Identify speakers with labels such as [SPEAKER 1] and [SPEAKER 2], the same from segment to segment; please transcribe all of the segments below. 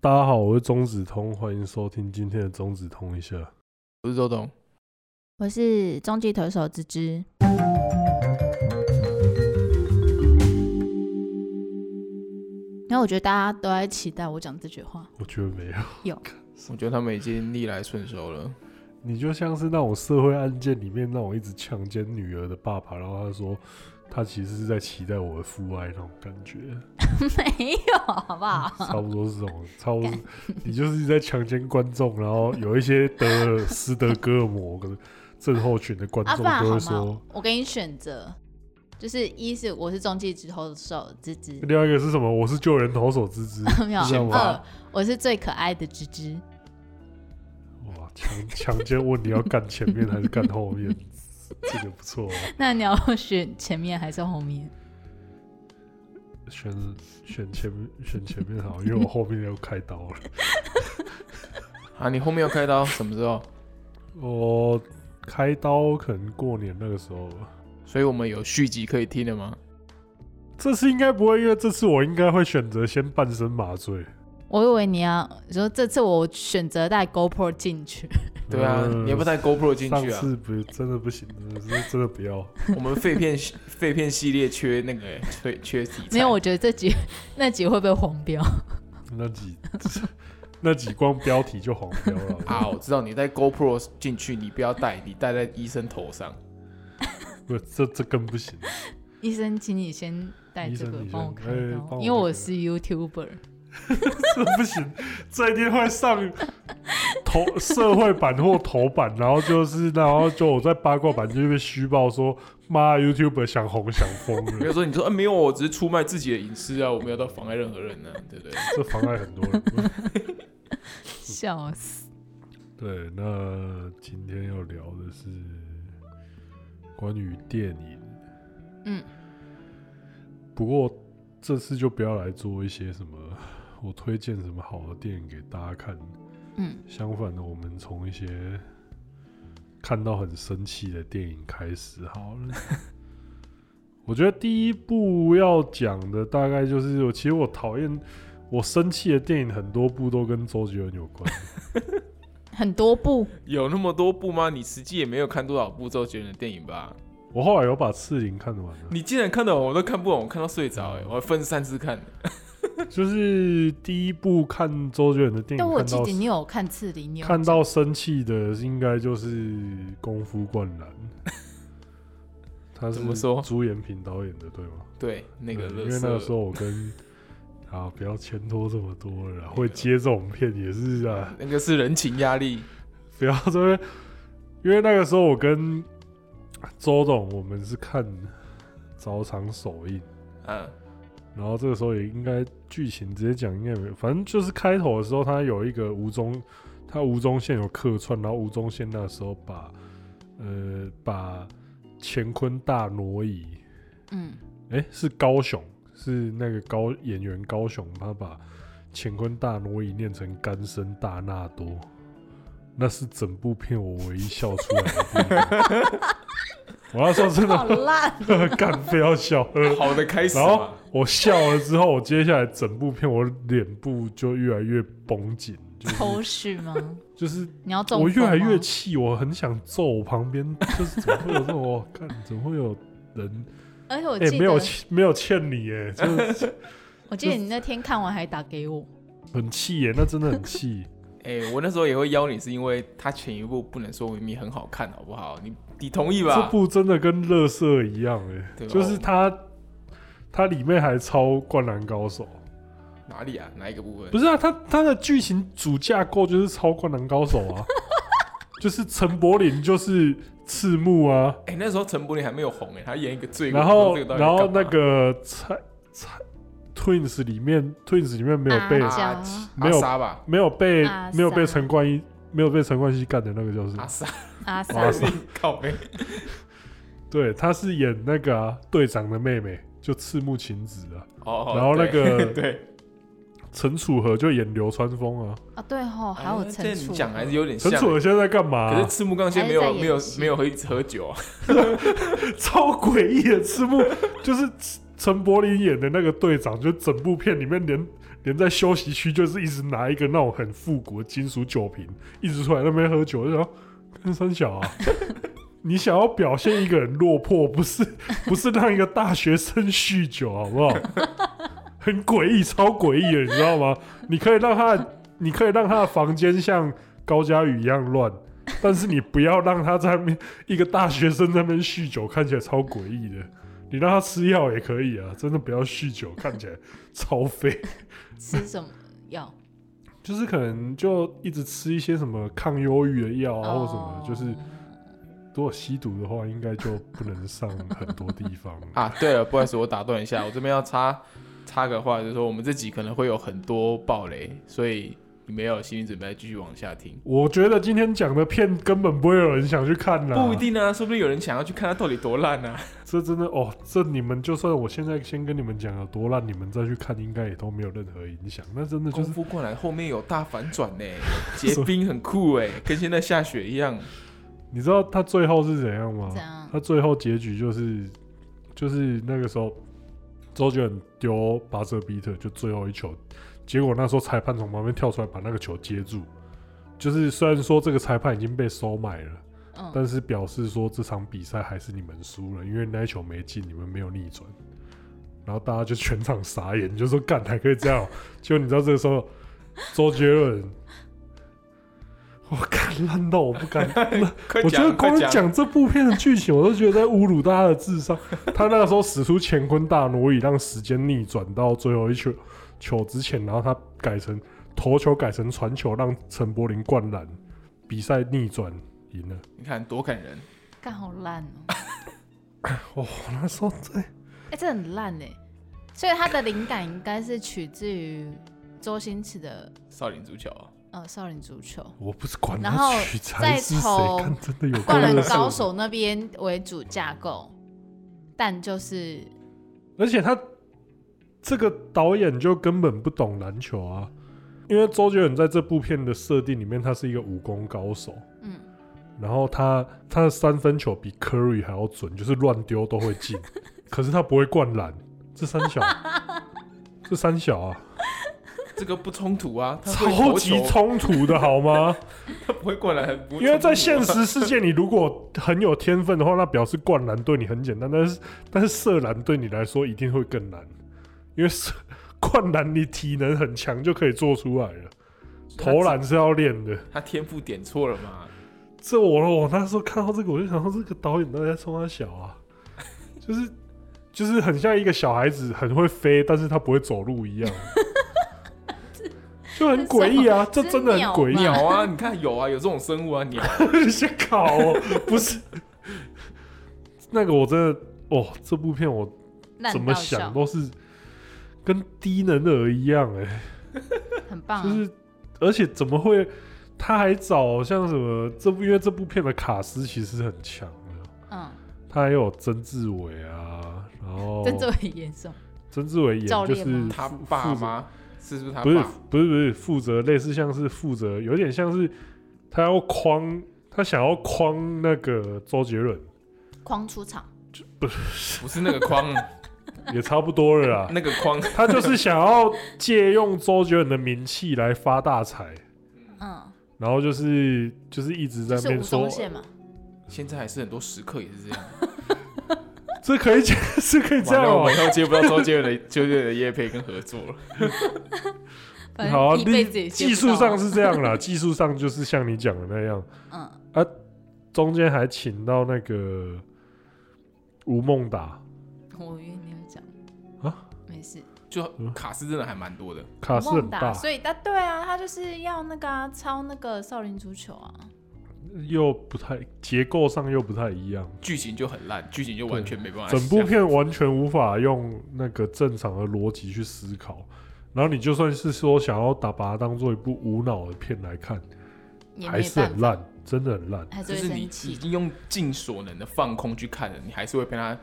[SPEAKER 1] 大家好，我是中子通，欢迎收听今天的中子通一下。
[SPEAKER 2] 我是周董，
[SPEAKER 3] 我是中继投手芝芝。然后我觉得大家都在期待我讲这句话，
[SPEAKER 1] 我觉得没有，
[SPEAKER 2] 我觉得他们已经逆来顺受了。
[SPEAKER 1] 你就像是那种社会案件里面那种一直强奸女儿的爸爸，然后他说他其实是在期待我的父爱那种感 觉，
[SPEAKER 3] 没有，好不好？
[SPEAKER 1] 差不多是这种，差不多是，你就是一直在强奸观众，然后有一些得了斯德哥尔摩跟症候群的观
[SPEAKER 3] 啊，
[SPEAKER 1] 众
[SPEAKER 3] 不然
[SPEAKER 1] 都会
[SPEAKER 3] 好吗
[SPEAKER 1] 说，？
[SPEAKER 3] 我给你选择，就是一是我是中继投手芝芝，
[SPEAKER 1] 另外一个是什么？我是救人投手之之，
[SPEAKER 3] 没有
[SPEAKER 1] 是这样？吗
[SPEAKER 3] 二我是最可爱的芝芝。
[SPEAKER 1] 哇，强强奸问你要干前面还是干后 面？这个不错啊。
[SPEAKER 3] 那你要选前面还是后面？
[SPEAKER 1] 选选前面选前面好，因为我后面又开刀 了。
[SPEAKER 2] 啊，你后面要开刀，什么时候？
[SPEAKER 1] 我开刀可能过年那个时候吧。
[SPEAKER 2] 所以我们有续集可以听了吗？
[SPEAKER 1] 这次应该不会，因为这次我应该会选择先半身麻醉。
[SPEAKER 3] 我以为你要你说这次我选择带 GoPro 进去，
[SPEAKER 2] 对啊，
[SPEAKER 1] 嗯
[SPEAKER 2] 你要不带 GoPro 进去
[SPEAKER 1] 上
[SPEAKER 2] 啊？
[SPEAKER 1] 次不真的不行，真的是真的不要。
[SPEAKER 2] 我们废片废片系列缺那个、欸， 缺缺题材。
[SPEAKER 3] 没有，我觉得这集 那集会不会黄标？
[SPEAKER 1] 那几 那几光标题就黄标了，
[SPEAKER 2] 啊，我知道你带 GoPro 进去，你不要带，你戴在医生头上。
[SPEAKER 1] 不，这这更不行。
[SPEAKER 3] 医生，请你先带
[SPEAKER 1] 医
[SPEAKER 3] 这
[SPEAKER 1] 生
[SPEAKER 3] 个
[SPEAKER 1] 你
[SPEAKER 3] 帮
[SPEAKER 1] 先
[SPEAKER 3] 我开
[SPEAKER 1] 哎
[SPEAKER 3] 刀，
[SPEAKER 1] 帮我
[SPEAKER 3] 因为
[SPEAKER 1] 这
[SPEAKER 3] 我
[SPEAKER 1] 个
[SPEAKER 3] 是 YouTuber。
[SPEAKER 1] 嗯这 不行，这一定会上头社会版或头版，然后就是，然后就我在八卦版就被虚报说，妈，YouTube 想红想疯
[SPEAKER 2] 没有
[SPEAKER 1] 了，
[SPEAKER 2] 说你说、啊、没有，我只是出卖自己的隐私啊，我没有到妨碍任何人呢、啊 对不对？
[SPEAKER 1] 这妨碍很多人。
[SPEAKER 3] 笑死！
[SPEAKER 1] 对，那今天要聊的是关于电影，
[SPEAKER 3] 嗯，
[SPEAKER 1] 不过这次就不要来做一些什么我推荐什么好的电影给大家看，
[SPEAKER 3] 嗯，
[SPEAKER 1] 相反的，我们从一些看到很生气的电影开始好了。 我觉得第一部要讲的大概就是，我其实我讨厌我生气的电影很多部都跟周杰伦有 关。
[SPEAKER 3] 很多部
[SPEAKER 2] 有那么多部吗？你实际也没有看多少部周杰伦的电影吧？
[SPEAKER 1] 我后来有把《刺陵》看完了，
[SPEAKER 2] 你竟然看得懂，我都看不懂，我看到睡着哎、我还分三次看。
[SPEAKER 1] 就是第一部看周杰伦的电影，
[SPEAKER 3] 但我
[SPEAKER 1] 嗯看
[SPEAKER 3] 记
[SPEAKER 1] 到
[SPEAKER 3] 得你有看《刺梨》，你有
[SPEAKER 1] 看
[SPEAKER 3] 讲
[SPEAKER 1] 到生气的应该就是《功夫灌 篮》，他是
[SPEAKER 2] 怎么说
[SPEAKER 1] 朱延平导演的对吗？
[SPEAKER 2] 对，嗯那个
[SPEAKER 1] 对
[SPEAKER 2] 乐
[SPEAKER 1] 因为那个时候我跟啊不要牵拖这么多了啦，会接这种片也是啊，
[SPEAKER 2] 那个是人情压力，
[SPEAKER 1] 不要这边，因为那个时候我跟周董我们是看早场首映。
[SPEAKER 2] 嗯，
[SPEAKER 1] 然后这个时候也应该剧情直接讲应该没有，反正就是开头的时候，他有一个吴宗，他吴宗宪有客串，然后吴宗宪那时候把呃把乾坤大挪移，
[SPEAKER 3] 嗯
[SPEAKER 1] 诶，是高雄，是那个高演员高雄，他把乾坤大挪移念成干生大纳多，那是整部片我唯一笑出来的部 分。我那时候真
[SPEAKER 3] 好
[SPEAKER 1] 的
[SPEAKER 3] 烂，
[SPEAKER 1] 干非要笑。
[SPEAKER 2] 好的开始
[SPEAKER 1] 然后
[SPEAKER 2] 嘛。
[SPEAKER 1] 我笑了之后，我接下来整部片我脸部就越来越绷紧，就是
[SPEAKER 3] 抽蓄吗？
[SPEAKER 1] 就是
[SPEAKER 3] 你要中
[SPEAKER 1] 我越来
[SPEAKER 3] 风吗
[SPEAKER 1] 越气，我很想揍我旁边，就是怎么会有这种，哇看怎么会有人
[SPEAKER 3] 而且我
[SPEAKER 1] 哎、没
[SPEAKER 3] 记得
[SPEAKER 1] 有欠没有欠你哎、就是
[SPEAKER 3] 我记得你那天看完还打给我，
[SPEAKER 1] 很气耶、那真的很 气。
[SPEAKER 2] 哎、我那时候也会邀你，是因为他前一部不能说秘密很好看，好不好？你你同意
[SPEAKER 1] 这
[SPEAKER 2] 吧？
[SPEAKER 1] 部真的跟乐色一样哎、
[SPEAKER 2] 啊对吧啊
[SPEAKER 1] 就是它它里面还抄《灌篮高手》，
[SPEAKER 2] 哪里啊？哪一个部分？
[SPEAKER 1] 不是啊，它它的剧情主架构就是抄《灌篮高手》啊， 就是陈柏霖就是赤木啊。
[SPEAKER 2] 哎、那时候陈柏霖还没有红哎、他演一个罪过，
[SPEAKER 1] 然后
[SPEAKER 2] 不知道这
[SPEAKER 1] 然后
[SPEAKER 2] 到底在干嘛
[SPEAKER 1] 那个蔡蔡 Twins 里面 Twins 里面没有被、
[SPEAKER 3] 啊
[SPEAKER 2] 阿
[SPEAKER 3] 讲啊
[SPEAKER 1] 没有
[SPEAKER 2] 阿莎吧？
[SPEAKER 1] 没有被、
[SPEAKER 3] 啊
[SPEAKER 1] 没有被
[SPEAKER 3] 啥
[SPEAKER 1] 陈冠希没有被陈冠希干的那个就是、
[SPEAKER 2] 阿莎，
[SPEAKER 3] 阿
[SPEAKER 1] 哇
[SPEAKER 3] 三
[SPEAKER 1] 塞
[SPEAKER 2] 靠背，
[SPEAKER 1] 对，他是演那个啊、队长的妹妹，就赤木晴子啊，
[SPEAKER 2] 哦，哦
[SPEAKER 1] 然后那
[SPEAKER 2] 对
[SPEAKER 1] 个
[SPEAKER 2] 对，
[SPEAKER 1] 陈楚河就演流川枫啊，
[SPEAKER 3] 啊，对吼，还有
[SPEAKER 2] 哎这
[SPEAKER 3] 陈
[SPEAKER 2] 你
[SPEAKER 3] 楚，
[SPEAKER 2] 讲还是有点
[SPEAKER 1] 陈
[SPEAKER 2] 像
[SPEAKER 1] 楚河
[SPEAKER 2] 欸。
[SPEAKER 1] 现在在干嘛、啊
[SPEAKER 2] 可是赤木刚宪没
[SPEAKER 3] 还
[SPEAKER 2] 有
[SPEAKER 3] 是在
[SPEAKER 2] 没有
[SPEAKER 3] 演戏
[SPEAKER 2] 没有喝喝酒啊，
[SPEAKER 1] 超诡异的，赤木就是陈柏霖演的那个队长，就整部片里面连连在休息区就是一直拿一个那种很复古的金属酒瓶，一直出来那边喝酒，就想跟三小啊，你想要表现一个人落魄，不是不是让一个大学生酗酒，好不好？很诡异，超诡异的，你知道吗？你可以让他的，你可以让他的房间像高佳宇一样乱，但是你不要让他在那边一个大学生在那边酗酒，看起来超诡异的。你让他吃药也可以啊，真的不要酗酒，看起来超废。
[SPEAKER 3] 吃什么药？
[SPEAKER 1] 就是可能就一直吃一些什么抗忧郁的药啊，或什么
[SPEAKER 3] 哦
[SPEAKER 1] 的，就是如果吸毒的话，应该就不能上很多地方了
[SPEAKER 2] 啊，对了，不好意思，我打断一下，我这边要插插个话，就是说我们这集可能会有很多暴雷，所以你们要有心理准备，继续往下听。
[SPEAKER 1] 我觉得今天讲的片根本不会有人想去看啦，
[SPEAKER 2] 不一定啊，说不定有人想要去看它到底多烂啊！
[SPEAKER 1] 这真的哦，这你们就算我现在先跟你们讲有多烂，你们再去看应该也都没有任何影响。那真的就
[SPEAKER 2] 功
[SPEAKER 1] 是
[SPEAKER 2] 夫灌篮后面有大反转 呢、结冰很酷哎、跟现在下雪一样。
[SPEAKER 1] 你知道他最后是怎样吗
[SPEAKER 3] 怎？样？
[SPEAKER 1] 他最后结局就是就是那个时候周杰伦丢巴泽比特就最后一球，结果那时候裁判从旁边跳出来把那个球接住。就是虽然说这个裁判已经被收买了，
[SPEAKER 3] 嗯，
[SPEAKER 1] 但是表示说这场比赛还是你们输了，因为那一球没进，你们没有逆转。然后大家就全场傻眼，就说干还可以这样 哦、结果你知道这个时候，周杰伦，我看烂到我不敢。
[SPEAKER 2] 快
[SPEAKER 1] 我觉得
[SPEAKER 2] 讲，快
[SPEAKER 1] 光
[SPEAKER 2] 讲！
[SPEAKER 1] 讲这部片的剧情，我都觉得在侮辱大家的智商。他那个时候使出乾坤大挪移，让时间逆转到最后一球球之前，然后他改成头球改成传球，让陈柏霖灌篮，比赛逆转赢了。
[SPEAKER 2] 你看多感人，
[SPEAKER 3] 干好烂哦、
[SPEAKER 1] 我哦那时候在
[SPEAKER 3] 哎、这很烂哎、所以他的灵感应该是取自于周星驰的
[SPEAKER 2] 少林足球啊、
[SPEAKER 3] 呃《少林足球》《
[SPEAKER 1] 我不是管
[SPEAKER 3] 然后
[SPEAKER 1] 他取材是谁
[SPEAKER 3] 再从，
[SPEAKER 1] 看真的有 够
[SPEAKER 3] 灌篮
[SPEAKER 1] 热血
[SPEAKER 3] 高手》那边为主架构，但就是
[SPEAKER 1] 而且他这个导演就根本不懂篮球啊，因为周杰伦在这部片的设定里面，他是一个武功高手，
[SPEAKER 3] 嗯，
[SPEAKER 1] 然后他他的三分球比 Curry 还要准，就是乱丢都会 进，可是他不会灌篮，这三小，这三小啊，
[SPEAKER 2] 这个不冲突啊，他会
[SPEAKER 1] 超
[SPEAKER 2] 投
[SPEAKER 1] 级
[SPEAKER 2] 球，
[SPEAKER 1] 冲突的好 吗？
[SPEAKER 2] 他不会灌篮，很不会
[SPEAKER 1] 因为在
[SPEAKER 2] 冲突啊
[SPEAKER 1] 现实世界，你如果很有天分的话，那表示灌篮对你很简单，但是但是射篮对你来说一定会更难，因为射灌篮你体能很强就可以做出来了，投篮是要练的。
[SPEAKER 2] 他天赋点错了嘛？
[SPEAKER 1] 这我我那时候看到这个，我就想说这个导演到底在冲他小啊， 就是就是很像一个小孩子很会飞，但是他不会走路 一样，就很诡异啊，这
[SPEAKER 3] 这
[SPEAKER 1] 真的很
[SPEAKER 3] 鸟
[SPEAKER 1] 诡异
[SPEAKER 3] 吧。
[SPEAKER 2] 鸟啊，你看有啊，有这种生物啊，鸟。
[SPEAKER 1] 先考哦，不是 那个我真的哦，这部片我
[SPEAKER 3] 烂
[SPEAKER 1] 怎
[SPEAKER 3] 到
[SPEAKER 1] 么
[SPEAKER 3] 笑
[SPEAKER 1] 想，都是跟低能儿一样哎、
[SPEAKER 3] 很棒、啊。
[SPEAKER 1] 就是而且怎么会他还找像什么这部因为这部片的卡斯其实很强的，
[SPEAKER 3] 嗯，
[SPEAKER 1] 他还有曾志伟啊，然后
[SPEAKER 3] 这作为严重，
[SPEAKER 1] 曾志伟演
[SPEAKER 3] 教
[SPEAKER 1] 就
[SPEAKER 3] 练
[SPEAKER 1] 是
[SPEAKER 3] 吗
[SPEAKER 2] 他
[SPEAKER 1] 负
[SPEAKER 2] 爸
[SPEAKER 1] 负责
[SPEAKER 2] 吗？是不是他
[SPEAKER 1] 不是
[SPEAKER 2] 爸？
[SPEAKER 1] 不是不是负责，类似像是负责，有点像是他要框，他想要框那个周杰 伦，
[SPEAKER 3] 框出场，
[SPEAKER 2] 不是那个框，
[SPEAKER 1] 也差不多了啦。
[SPEAKER 2] 那个框。
[SPEAKER 1] 他就是想要借用周杰伦的名气来发大财，
[SPEAKER 3] 嗯，
[SPEAKER 1] 然后就是就是一直在
[SPEAKER 3] 就
[SPEAKER 1] 那
[SPEAKER 3] 是吴
[SPEAKER 1] 边说
[SPEAKER 3] 宗，宪嘛，
[SPEAKER 2] 现在还是很多时刻也是这样。
[SPEAKER 1] 这可以 讲，这可以这
[SPEAKER 2] 完
[SPEAKER 1] 样
[SPEAKER 2] 了，我
[SPEAKER 1] 哦、
[SPEAKER 2] 们以后接不到周 杰伦的周杰伦的叶配跟合作了。
[SPEAKER 3] 反
[SPEAKER 1] 好、啊，
[SPEAKER 3] 正一辈子也
[SPEAKER 1] 你
[SPEAKER 3] 接不
[SPEAKER 1] 技术
[SPEAKER 3] 到啊
[SPEAKER 1] 上，是这样啦，技术上就是像你讲的那样，
[SPEAKER 3] 嗯，
[SPEAKER 1] 中间还请到那个吴孟达、
[SPEAKER 3] 我以为你有讲
[SPEAKER 1] 啊，
[SPEAKER 3] 没事，
[SPEAKER 2] 就
[SPEAKER 1] 嗯
[SPEAKER 2] 卡斯真的还蛮多的，
[SPEAKER 1] 卡斯
[SPEAKER 3] 孟
[SPEAKER 1] 很
[SPEAKER 3] 达，
[SPEAKER 1] 大，
[SPEAKER 3] 所以他对啊，他就是要那个、啊、抄那个少林足球啊，
[SPEAKER 1] 又不太结构上又不太一样，
[SPEAKER 2] 剧情就很烂，剧情就完全没办法想。
[SPEAKER 1] 整部片完全无法用那个正常的逻辑去思考。然后你就算是说想要打把它当做一部无脑的片来看，
[SPEAKER 3] 也
[SPEAKER 1] 还
[SPEAKER 3] 没
[SPEAKER 1] 是
[SPEAKER 3] 办
[SPEAKER 1] 很
[SPEAKER 3] 法，
[SPEAKER 1] 烂，真的很烂。
[SPEAKER 3] 还是
[SPEAKER 2] 就
[SPEAKER 3] 会
[SPEAKER 2] 是你
[SPEAKER 3] 生
[SPEAKER 2] 已
[SPEAKER 3] 气。
[SPEAKER 2] 经用尽所能的放空去看了，你还是会被他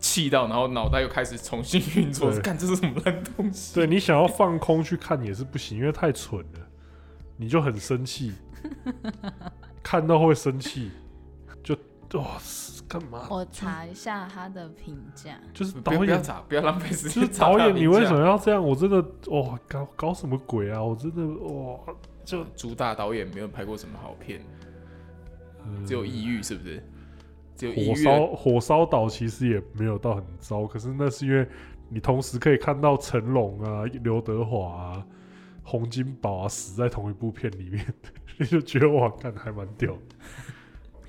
[SPEAKER 2] 气到，然后脑袋又开始重新运作，
[SPEAKER 1] 对
[SPEAKER 2] 看这是什么烂东西。
[SPEAKER 1] 对你想要放空去看也是不行，因为太蠢了，你就 很生气，看到会生气，就哇，是哦干嘛？
[SPEAKER 3] 我查一下他的评价。
[SPEAKER 1] 就是
[SPEAKER 2] 不
[SPEAKER 1] 导
[SPEAKER 2] 要不要
[SPEAKER 1] 演，
[SPEAKER 2] 查，不要浪费时
[SPEAKER 1] 就是
[SPEAKER 2] 间。
[SPEAKER 1] 导演，你为什
[SPEAKER 2] 么
[SPEAKER 1] 么要这样？我真的哇，搞搞什么鬼啊！我真的哇，
[SPEAKER 2] 就主打导演没有拍过什么好片，
[SPEAKER 1] 呃
[SPEAKER 2] 只有抑郁是不是？只有抑
[SPEAKER 1] 火
[SPEAKER 2] 郁
[SPEAKER 1] 烧
[SPEAKER 2] 的。
[SPEAKER 1] 火烧岛其实也没有到很糟，可是那是因为你同时可以看到成龙啊、刘德华啊、洪金宝啊死在同一部片里面， 你就觉得哇，看还蛮屌。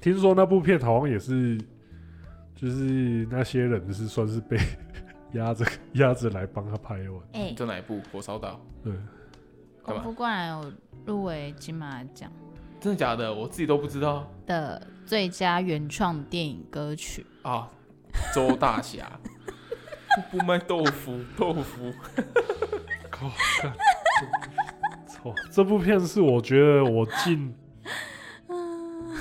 [SPEAKER 1] 听说那部片好像也是，就是那些人是算是被 压着压着来帮他拍完，
[SPEAKER 3] 哎、
[SPEAKER 2] 就哪一部《火烧岛
[SPEAKER 1] 对，
[SPEAKER 2] 干
[SPEAKER 3] 功
[SPEAKER 2] 嘛
[SPEAKER 3] 夫灌篮有入围金马奖》？
[SPEAKER 2] 真的假的？我自己都不知道
[SPEAKER 3] 的最佳原创电影歌曲。
[SPEAKER 2] 啊！周大侠， 不不卖豆腐，豆腐
[SPEAKER 1] 靠，看操！哦这部片是我觉得我进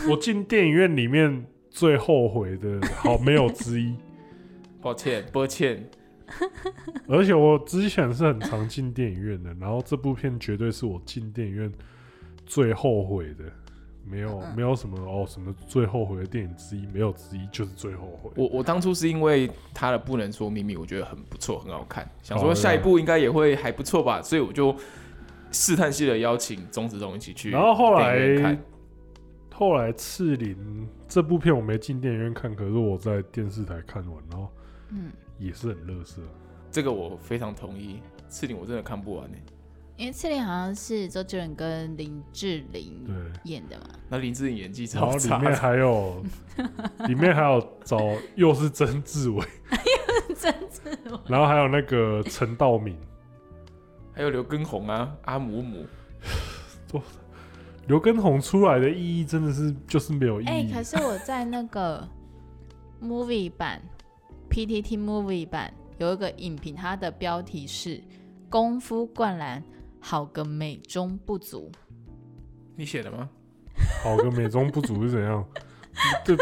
[SPEAKER 1] 我进电影院里面最后悔的，好没有之一。
[SPEAKER 2] 抱歉，抱歉，
[SPEAKER 1] 而且我之前是很常进电影院的，然后这部片绝对是我进电影院最后悔的，没有没有什么哦什么最后悔的电影之一，没有之一，就是最后悔。
[SPEAKER 2] 我我当初是因为他的《不能说秘密》，我觉得很不错，很好看，想
[SPEAKER 1] 好
[SPEAKER 2] 说
[SPEAKER 1] 哦对啊
[SPEAKER 2] 下一部应该也会还不错吧，所以我就试探性的邀请钟子彤一起去电
[SPEAKER 1] 然后后来
[SPEAKER 2] 影院看。
[SPEAKER 1] 后来《赤林》这部片我没进电影院看，可是我在电视台看完，然后
[SPEAKER 3] 嗯，
[SPEAKER 1] 也是很乐色。
[SPEAKER 2] 这个我非常同意，《刺陵》我真的看不完呢、欸
[SPEAKER 3] 因为《赤林》好像是周杰伦跟林志玲
[SPEAKER 1] 对，
[SPEAKER 3] 演的嘛。
[SPEAKER 2] 那林志颖演技
[SPEAKER 1] 然后里
[SPEAKER 2] 超差
[SPEAKER 1] 面，还 有，里面还有找又是曾志 伟，
[SPEAKER 3] 真是我
[SPEAKER 1] 然后还有那个陈道明，
[SPEAKER 2] 还有刘畊宏啊、阿姆姆，
[SPEAKER 1] 刘畊宏出来的意义真的是就是没有意
[SPEAKER 3] 哎、
[SPEAKER 1] 义。
[SPEAKER 3] 可是我在那个 movie 版 PTT movie 版有一个影评，它的标题是《功夫灌篮》，好个美中不足。
[SPEAKER 2] 你写的吗？
[SPEAKER 1] 好个美中不足是怎样？ 这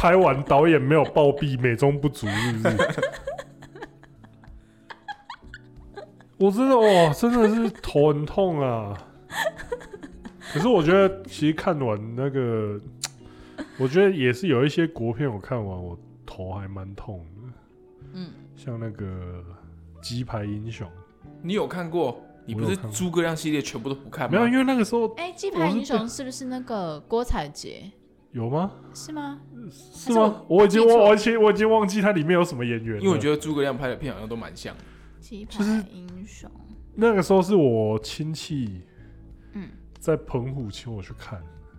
[SPEAKER 1] 拍完导演没有暴毙，美中不足是 不是？我真的哇，真的是头很痛啊！可是我觉得，其实看完那个，我觉得也是有一些国片，我看完我头还蛮痛的，
[SPEAKER 3] 嗯，
[SPEAKER 1] 像那个《鸡排英雄
[SPEAKER 2] 你有看过？你不
[SPEAKER 1] 我
[SPEAKER 2] 是
[SPEAKER 1] 有看过
[SPEAKER 2] 诸葛亮系列全部都不》，看
[SPEAKER 1] 没有，
[SPEAKER 2] 吗？
[SPEAKER 1] 因为那个时候
[SPEAKER 3] 哎、鸡排
[SPEAKER 1] 我是
[SPEAKER 3] 英雄是不是那个郭采洁？
[SPEAKER 1] 有吗？
[SPEAKER 3] 是吗？
[SPEAKER 1] 是
[SPEAKER 3] 还是
[SPEAKER 1] 吗
[SPEAKER 3] 我？
[SPEAKER 1] 我已经
[SPEAKER 3] 记错
[SPEAKER 1] 忘，而且我已经忘记它里面有什么演员了，
[SPEAKER 2] 因为我觉得诸葛亮拍的片好像都蛮像的。
[SPEAKER 3] 鸡排
[SPEAKER 1] 就是
[SPEAKER 3] 英雄。
[SPEAKER 1] 那个时候是我亲戚
[SPEAKER 3] 嗯，
[SPEAKER 1] 在澎湖请我去看，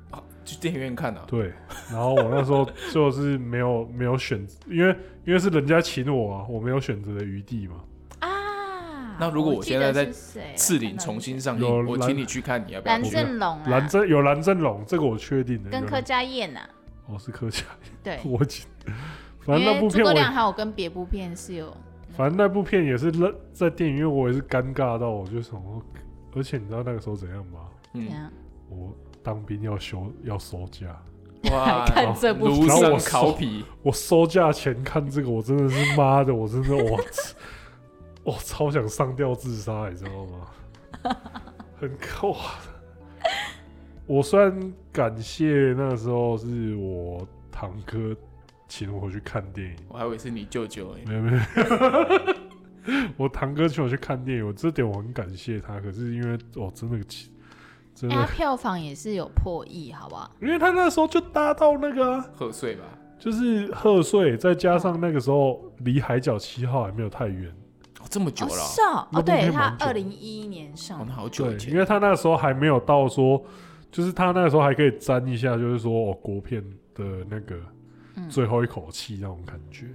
[SPEAKER 2] 啊，去电影院看啊，
[SPEAKER 1] 对，然后我那时候就是没有 没有选，因为因为是人家请我啊，我没有选择的余地嘛。
[SPEAKER 3] 啊！
[SPEAKER 2] 那如果我
[SPEAKER 3] 记
[SPEAKER 2] 现在
[SPEAKER 3] 得
[SPEAKER 2] 在
[SPEAKER 3] 是谁啊
[SPEAKER 2] 赤
[SPEAKER 3] 看
[SPEAKER 2] 岭
[SPEAKER 3] 到
[SPEAKER 2] 重
[SPEAKER 3] 你
[SPEAKER 2] 新上
[SPEAKER 1] 有
[SPEAKER 2] 映，我
[SPEAKER 1] 蓝
[SPEAKER 2] 请你去看，你要不要
[SPEAKER 3] 蓝
[SPEAKER 2] 去？
[SPEAKER 3] 正龙啊，
[SPEAKER 1] 蓝正有蓝正龙，这个我确定的。
[SPEAKER 3] 跟
[SPEAKER 1] 有
[SPEAKER 3] 柯
[SPEAKER 1] 蓝
[SPEAKER 3] 佳燕呐、
[SPEAKER 1] 哦是柯佳，
[SPEAKER 3] 对，
[SPEAKER 1] 我记， 反正
[SPEAKER 3] 因
[SPEAKER 1] 那部
[SPEAKER 3] 为诸
[SPEAKER 1] 片
[SPEAKER 3] 葛
[SPEAKER 1] 我也，
[SPEAKER 3] 亮还有跟别部片是有，嗯
[SPEAKER 1] 反
[SPEAKER 2] 嗯
[SPEAKER 1] 正那部片也是乐在电影院，我也是尴尬到我就想说，而且你知道那个时候怎样吗？
[SPEAKER 3] 怎
[SPEAKER 2] 嗯，
[SPEAKER 3] 样？
[SPEAKER 1] 我当兵要休要收假，
[SPEAKER 2] 哇，
[SPEAKER 3] 看这部
[SPEAKER 2] 庐
[SPEAKER 1] 然后
[SPEAKER 2] 山
[SPEAKER 1] 我
[SPEAKER 2] 考
[SPEAKER 1] 手
[SPEAKER 2] 妣，
[SPEAKER 1] 我收假前看这个，我真的是妈的，我真的我 我超想上吊自杀，你知道吗？很扣。哇我虽然感谢那时候是我堂哥请我去看电影，
[SPEAKER 2] 我还以为是你舅舅哎。
[SPEAKER 1] 没有没 有，我堂哥请我去看电影，我这点我很感谢他。可是因为我真的起真
[SPEAKER 3] 哎、
[SPEAKER 1] 的，
[SPEAKER 3] 它票房也是有破亿，好不好？
[SPEAKER 1] 因为他那时候就搭到那个啊、
[SPEAKER 2] 贺岁吧，
[SPEAKER 1] 就是贺岁，再加上那个时候离海角七号还没有太远，
[SPEAKER 2] 哦，这么久
[SPEAKER 3] 哦，
[SPEAKER 2] 了啊，
[SPEAKER 3] 是啊哦，
[SPEAKER 1] 那
[SPEAKER 3] 哦，
[SPEAKER 1] 部片
[SPEAKER 3] 对，它
[SPEAKER 1] 蛮久
[SPEAKER 3] 二
[SPEAKER 1] 的
[SPEAKER 3] 零一一年上
[SPEAKER 2] 哦，
[SPEAKER 3] 的，
[SPEAKER 2] 那好久
[SPEAKER 1] 对
[SPEAKER 2] 以，前
[SPEAKER 1] 因。为他那时候还没有到说，就是他那时候还可以沾一下，就是说哦，国片的那个
[SPEAKER 3] 嗯，
[SPEAKER 1] 最后一口气那种感觉，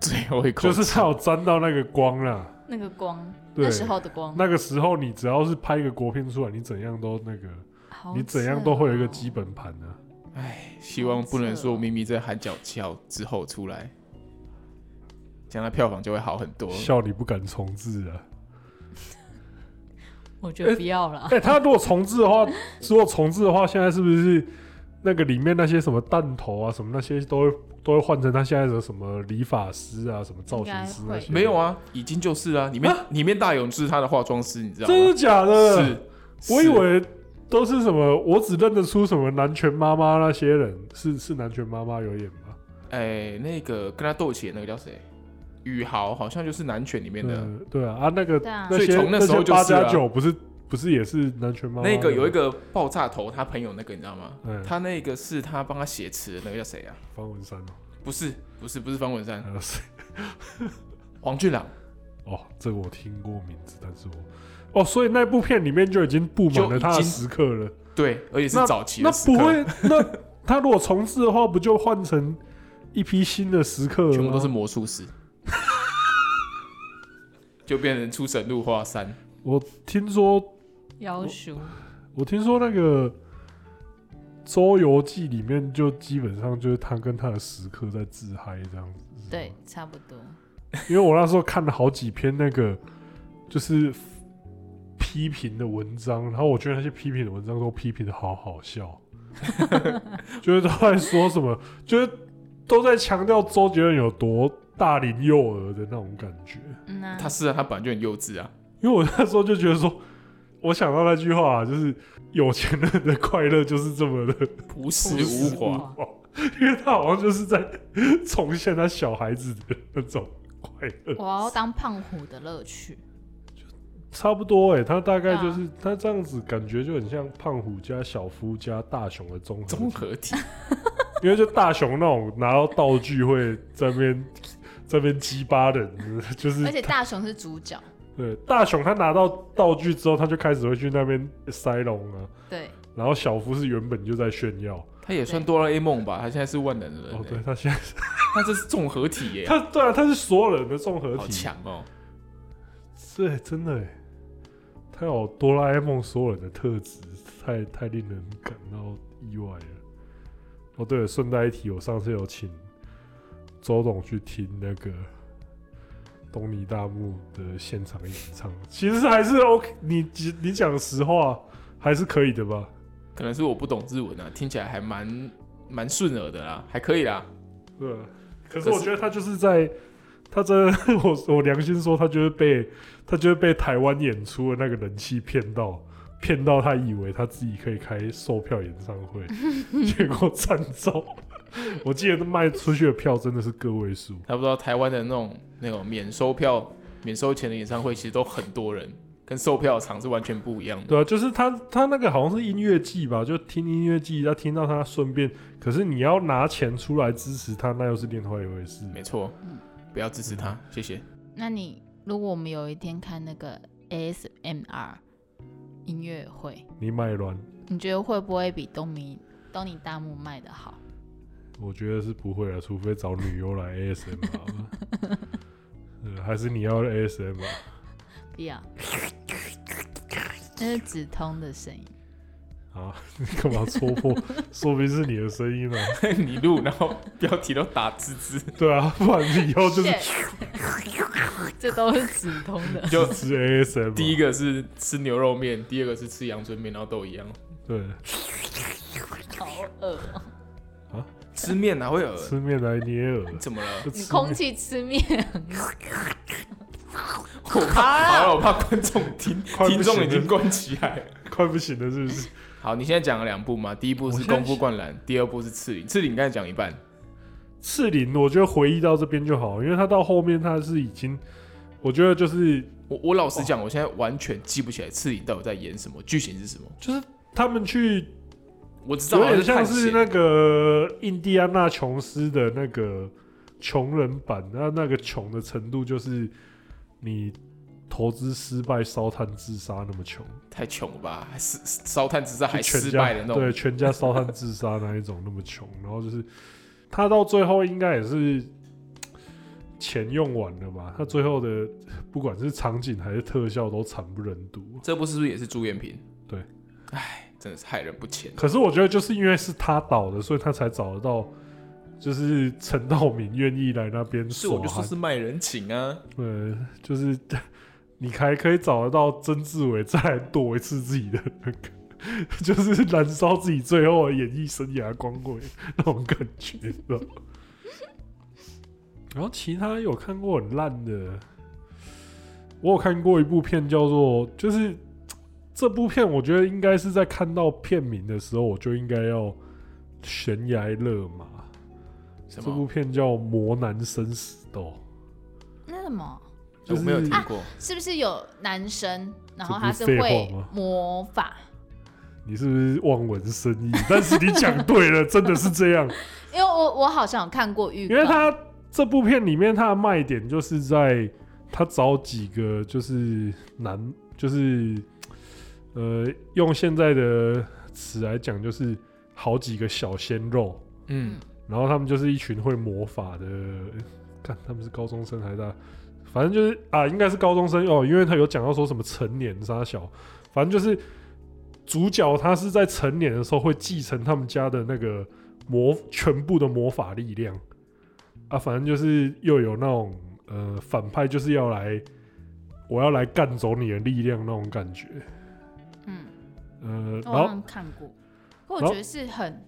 [SPEAKER 2] 最后一口
[SPEAKER 1] 就是他有沾到那个光啦。
[SPEAKER 3] 那个光，
[SPEAKER 1] 对
[SPEAKER 3] 那时候的光，
[SPEAKER 1] 那个时候你只要是拍一个国片出来，你怎样都那个，
[SPEAKER 3] 好
[SPEAKER 1] 你怎样
[SPEAKER 3] 扯
[SPEAKER 1] 都会有一个
[SPEAKER 3] 哦
[SPEAKER 1] 基本盘呢、
[SPEAKER 2] 哎，希望不能说秘密在喊脚翘之后出来，这样它票房就会好很多。
[SPEAKER 1] 笑你不敢重置啊！
[SPEAKER 3] 我觉得不 要了。
[SPEAKER 1] 哎、他如果重置的话，如果重置的话，现在是不是那个里面那些什么弹头啊，什么那些都会都会换成他现在的什么理发师啊，什么造型师那
[SPEAKER 3] 应该
[SPEAKER 1] 些？
[SPEAKER 3] 会
[SPEAKER 2] 没有，啊，已经就是啊，里面里面大勇是他的化妆师，你知道
[SPEAKER 1] 真
[SPEAKER 2] 吗
[SPEAKER 1] 的？假的？
[SPEAKER 2] 是，
[SPEAKER 1] 我以
[SPEAKER 2] 是
[SPEAKER 1] 为都是什么，我只认得出什么南拳妈妈那些人，是是南拳妈妈有演吗？
[SPEAKER 2] 哎，那个跟他斗起的那个叫谁？宇豪好像就是男拳里面的，
[SPEAKER 1] 对 对啊，啊那个
[SPEAKER 3] 对啊
[SPEAKER 1] 那
[SPEAKER 2] 所以
[SPEAKER 1] 些
[SPEAKER 2] 从那时候
[SPEAKER 1] 些八
[SPEAKER 2] 就是啊
[SPEAKER 1] 加九不是不是也是男权妈妈
[SPEAKER 2] 那个有一
[SPEAKER 1] 个
[SPEAKER 2] 个爆炸头，他朋友那个你知道吗？
[SPEAKER 1] 哦嗯
[SPEAKER 2] 他那个是他帮他写词的那个叫谁啊？
[SPEAKER 1] 方文山哦
[SPEAKER 2] 不是，不是，不是方文山，
[SPEAKER 1] 还有谁
[SPEAKER 2] 黄俊朗
[SPEAKER 1] 哦，这个我听过名字，但是我哦，所以那部片里面就已经布满
[SPEAKER 2] 就
[SPEAKER 1] 了
[SPEAKER 2] 已
[SPEAKER 1] 他的
[SPEAKER 2] 经
[SPEAKER 1] 时刻了。
[SPEAKER 2] 对，而且是早期
[SPEAKER 1] 那
[SPEAKER 2] 的时刻
[SPEAKER 1] 不会，那他如果重置的话，不就换成一批新的时刻了
[SPEAKER 2] 全部
[SPEAKER 1] 吗
[SPEAKER 2] 都是魔术师，就变成出神入化三。
[SPEAKER 1] 我听说，
[SPEAKER 3] 妖叔，
[SPEAKER 1] 我听说那个《周游记》里面就基本上就是他跟他的时刻在自嗨这样子。是吗
[SPEAKER 3] 对，，差不多。
[SPEAKER 1] 因为我那时候看了好几篇那个就是批评的文章，然后我觉得那些批评的文章都批评的好好笑，就是都在说什么，就是都在强调周杰伦有多大龄幼儿的那种感觉。
[SPEAKER 3] 嗯呐、
[SPEAKER 2] 他是啊，他本来就很幼稚啊，
[SPEAKER 1] 因为我那时候就觉得说，我想到那句话、啊，就是有钱人的快乐就是这么的
[SPEAKER 2] 朴实无华。
[SPEAKER 3] 华，
[SPEAKER 1] 因为他好像就是在重现他小孩子的那种快乐，
[SPEAKER 3] 我要当胖虎的乐趣。
[SPEAKER 1] 差不多哎、他大概
[SPEAKER 3] 对
[SPEAKER 1] 就
[SPEAKER 3] 啊
[SPEAKER 1] 是、他这样子，感觉就很像胖虎加小夫加大雄的综合体，
[SPEAKER 2] 综合 体，
[SPEAKER 1] 因为就大雄那种拿到道具会在那边 在那边鸡巴人， 就是
[SPEAKER 3] 而且大雄是主角，
[SPEAKER 1] 对大雄他拿到道具之后，他就开始会去那边塞龙啊，
[SPEAKER 3] 对，
[SPEAKER 1] 然后小夫是原本就在炫耀，
[SPEAKER 2] 他也算哆啦 A 梦吧？他现在是万能人
[SPEAKER 1] 哦，对
[SPEAKER 2] 欸，
[SPEAKER 1] 他现在
[SPEAKER 2] 他这是综合体耶，
[SPEAKER 1] 他对啊，他是所有人的综合
[SPEAKER 2] 好
[SPEAKER 1] 体，
[SPEAKER 2] 强哦！
[SPEAKER 1] 对，真的欸，他有哆啦 A 梦所有人的特质，太太令人感到意外了。哦，对了，顺带一提，我上次有请周董去听那个东尼大木的现场演唱，其实还是 OK，你你讲实话还是可以的吧？
[SPEAKER 2] 可能是我不懂日文啊，听起来还蛮蛮顺耳的啦，还可以啦。
[SPEAKER 1] 对啊，可是
[SPEAKER 2] 可是
[SPEAKER 1] 我觉得他就是在，他真的， 我我良心说，他就是被他就是被台湾演出的那个人气骗到，骗到他以为他自己可以开售票演唱会，结果惨遭。我记得卖出去的票真的是个位数，
[SPEAKER 2] 他不知道台湾的那种那种免收票、免收钱的演唱会，其实都很多人，跟售票场是完全不一样的。
[SPEAKER 1] 对啊，就是他他那个好像是音乐季吧，就听音乐季，他听到他顺便，可是你要拿钱出来支持他，那又是另外一回事。
[SPEAKER 2] 没错，不要支持他，谢谢。
[SPEAKER 3] 那你如果我们有一天看那个 ASMR 音乐会，
[SPEAKER 1] 你卖卵，
[SPEAKER 3] 你觉得会不会比东尼东尼大木卖的好？
[SPEAKER 1] 我觉得是不会啊，除非找女优来 ASMR，吧 呃还是你要 ASMR？
[SPEAKER 3] 不要，那是止痛的声音。
[SPEAKER 1] 啊，你 干嘛戳 破？说明是你的声音呢、啊
[SPEAKER 2] 你录，然后标题都打滋滋，
[SPEAKER 1] 对啊，不然你以后就是
[SPEAKER 3] Shit 这都是止痛的。
[SPEAKER 2] 就
[SPEAKER 1] 吃 ASMR。
[SPEAKER 2] 第一
[SPEAKER 1] 个
[SPEAKER 2] 个是吃牛肉面，第二个是吃阳春面，然后都一样。
[SPEAKER 1] 对，
[SPEAKER 3] 好饿哦，
[SPEAKER 2] 吃面哪会有？
[SPEAKER 1] 吃面来捏耳，
[SPEAKER 2] 怎么了？
[SPEAKER 1] 就
[SPEAKER 3] 你
[SPEAKER 1] 吃
[SPEAKER 3] 空
[SPEAKER 1] 面
[SPEAKER 3] 气吃面，
[SPEAKER 2] 我怕，好了，我怕观众听，
[SPEAKER 1] 啊快不
[SPEAKER 2] 听众已
[SPEAKER 1] 行
[SPEAKER 2] 经
[SPEAKER 1] 了
[SPEAKER 2] 关起来了。
[SPEAKER 1] 快不行了，是不是？
[SPEAKER 2] 好，你现在讲了两部嘛，第一部
[SPEAKER 1] 我
[SPEAKER 2] 是
[SPEAKER 1] 现在
[SPEAKER 2] 功夫灌篮，第二部是刺陵。刺陵你刚才讲一半，
[SPEAKER 1] 赤林，我觉得回忆到这边就好，因为他到后面他是已经，我觉得就是
[SPEAKER 2] 我我老实讲，我现在完全记不起来刺陵到底在演什么，剧情是什么。
[SPEAKER 1] 就是他们去
[SPEAKER 2] 我知道
[SPEAKER 1] 有
[SPEAKER 2] 好
[SPEAKER 1] 点
[SPEAKER 2] 是
[SPEAKER 1] 像
[SPEAKER 2] 探
[SPEAKER 1] 是
[SPEAKER 2] 险，
[SPEAKER 1] 那个印第安纳琼斯的那个穷人版，那那个穷的程度就是你投资失败、烧炭自杀那么穷，
[SPEAKER 2] 太穷了吧，还是烧炭自杀还
[SPEAKER 1] 就全
[SPEAKER 2] 失
[SPEAKER 1] 家
[SPEAKER 2] 败的那种。
[SPEAKER 1] 对全家烧炭自杀那一种那么穷，然后就是他到最后应该也是钱用完了吧，他最后的不管是场景还是特效都惨不忍睹。
[SPEAKER 2] 这部是不是也是朱元平？
[SPEAKER 1] 对，
[SPEAKER 2] 唉，真的是害人不浅。
[SPEAKER 1] 可是我觉得就是因为是他倒的，所以他才找得到，就是陈道明愿意来那边
[SPEAKER 2] 是
[SPEAKER 1] 耍
[SPEAKER 2] 我就说
[SPEAKER 1] 憨
[SPEAKER 2] 是卖人情啊，
[SPEAKER 1] 呃，就是 你还可以找得到曾志伟再来躲一次自己的那个，就是燃烧自己最后的演艺生涯光辉那种感觉，你知道吗然后其他有看过很烂的，我有看过一部片叫做，就是这部片我觉得应该是在看到片名的时候我就应该要悬崖勒马，
[SPEAKER 2] 什
[SPEAKER 1] 这
[SPEAKER 2] 么
[SPEAKER 1] 部？片叫《魔男生死斗
[SPEAKER 3] 那什么？
[SPEAKER 1] 就是
[SPEAKER 2] 我没有听
[SPEAKER 3] 啊
[SPEAKER 2] 过，
[SPEAKER 3] 是不是有男生，然后
[SPEAKER 1] 这不
[SPEAKER 3] 他
[SPEAKER 1] 是
[SPEAKER 3] 是
[SPEAKER 1] 废
[SPEAKER 3] 会
[SPEAKER 1] 话吗
[SPEAKER 3] 魔法？》，
[SPEAKER 1] 你是不是望文生义？但是你讲对了，真的是这样，
[SPEAKER 3] 因为我我好像有看过预告，
[SPEAKER 1] 因为他这部片里面他的卖点就是在他找几个就是男，就是呃，用现在的词来讲，就是好几个小鲜肉，
[SPEAKER 2] 嗯，
[SPEAKER 1] 然后他们就是一群会魔法的，看他们是高中生还是大，反正就是啊，应该是高中生哦，因为他有讲到说什么成年杀小，反正就是主角他是在成年的时候会继承他们家的那个魔全部的魔法力量啊，反正就是又有那种呃反派就是要来，我要来干走你的力量那种感觉，
[SPEAKER 3] 嗯，哦
[SPEAKER 1] 呃，
[SPEAKER 3] 我
[SPEAKER 1] 然
[SPEAKER 3] 好
[SPEAKER 1] 后
[SPEAKER 3] 像看过，可我
[SPEAKER 1] 然后
[SPEAKER 3] 觉得是很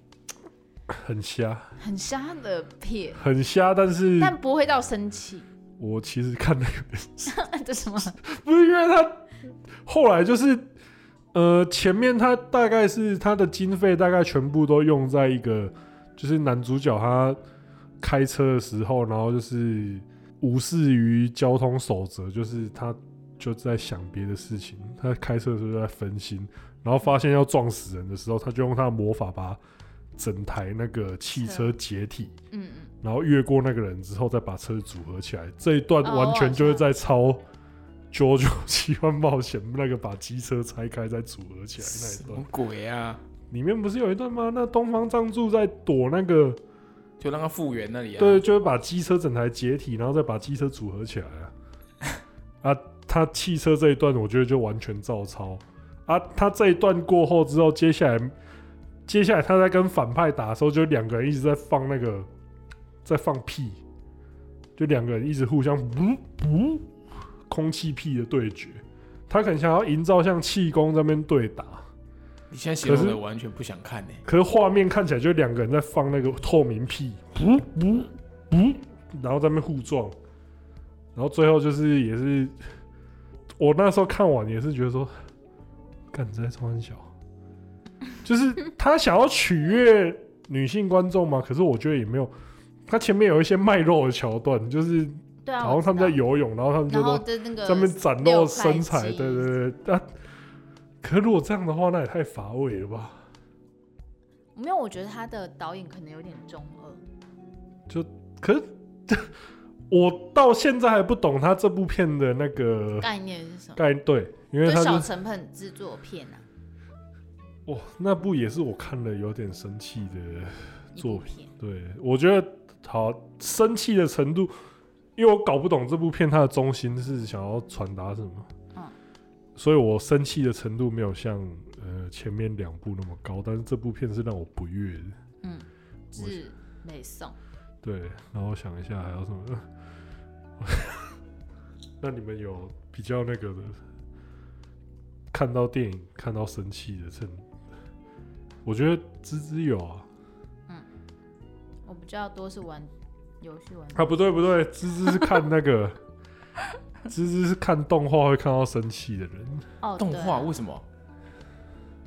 [SPEAKER 1] 很瞎，
[SPEAKER 3] 很瞎的片，
[SPEAKER 1] 很瞎，但是
[SPEAKER 3] 但不会到生气，
[SPEAKER 1] 我其实看了
[SPEAKER 3] 这什么？
[SPEAKER 1] 不是因为他后来就是，呃，前面他大概是他的经费大概全部都用在一个，就是男主角他开车的时候，然后就是无视于交通守则，就是他就在想别的事情，他开车的时候就在分心，然后发现要撞死人的时候，他就用他的魔法把整台那个汽车解体。
[SPEAKER 3] 嗯嗯，
[SPEAKER 1] 然后越过那个人之后，再把车组合起来。这一段
[SPEAKER 3] 哦
[SPEAKER 1] 完全就是在抄《JoJo 奇幻冒险》那个把机车拆开再组合起来
[SPEAKER 2] 什
[SPEAKER 1] 那一
[SPEAKER 2] 么
[SPEAKER 1] 段。
[SPEAKER 2] 鬼啊？
[SPEAKER 1] 里面不是有一段吗？那东方藏柱在躲那个，
[SPEAKER 2] 就让他复原那里啊。
[SPEAKER 1] 对，，就是把机车整台解体，然后再把机车组合起来啊。啊，他汽车这一段我觉得就完全照抄啊。他这一段过后之后，接下来接下来他在跟反派打的时候，就两个人一直在放那个在放屁，就两个人一直互相不不空气屁的对决。他可能想要营造像气功在那边对打，
[SPEAKER 2] 你现在形容
[SPEAKER 1] 可
[SPEAKER 2] 的
[SPEAKER 1] 是
[SPEAKER 2] 我完全不想看呢。欸
[SPEAKER 1] 可是画面看起来就两个人在放那个透明屁，噗噗噗，然后在那边互撞，然后最后就是也是，我那时候看完也是觉得说，干你在冲很小，就是他想要取悦女性观众嘛，可是我觉得也没有，他前面有一些卖肉的桥段，就是
[SPEAKER 3] 对啊，
[SPEAKER 1] 好像
[SPEAKER 3] 我
[SPEAKER 1] 他们在
[SPEAKER 3] 知道，
[SPEAKER 1] 游泳，然后他们就
[SPEAKER 3] 然
[SPEAKER 1] 都
[SPEAKER 3] 后的那个
[SPEAKER 1] 上面展露身材，
[SPEAKER 3] 六块肌
[SPEAKER 1] 对对对，但、 可是如果这样的话，那也太乏味了吧。
[SPEAKER 3] 没有，我觉得他的导演可能有点中二，
[SPEAKER 1] 可是我到现在还不懂他这部片的那个
[SPEAKER 3] 概念是什么？
[SPEAKER 1] 概对，嗯因为
[SPEAKER 3] 就
[SPEAKER 1] 他
[SPEAKER 3] 小
[SPEAKER 1] 是
[SPEAKER 3] 成本制作片啊，
[SPEAKER 1] 哇，那部也是我看了有点生气的。
[SPEAKER 3] 一部
[SPEAKER 1] 作
[SPEAKER 3] 片，
[SPEAKER 1] 对，我觉得好生气的程度，因为我搞不懂这部片它的中心是想要传达什么。
[SPEAKER 3] 嗯
[SPEAKER 1] 所以我生气的程度没有像呃前面两部那么高，但是这部片是让我不悦的。
[SPEAKER 3] 嗯，
[SPEAKER 1] 我
[SPEAKER 3] 是美颂，
[SPEAKER 1] 对，然后我想一下还有什么？ 那你们有比较那个的，看到电影看到生气的趁？我觉得芝芝有啊，
[SPEAKER 3] 我比较多是玩游戏玩，
[SPEAKER 1] 啊不对不对，芝芝是看那个，芝芝是看动画会看到生气的人。
[SPEAKER 3] 哦，
[SPEAKER 2] 动
[SPEAKER 3] 对啊
[SPEAKER 2] 画为什么？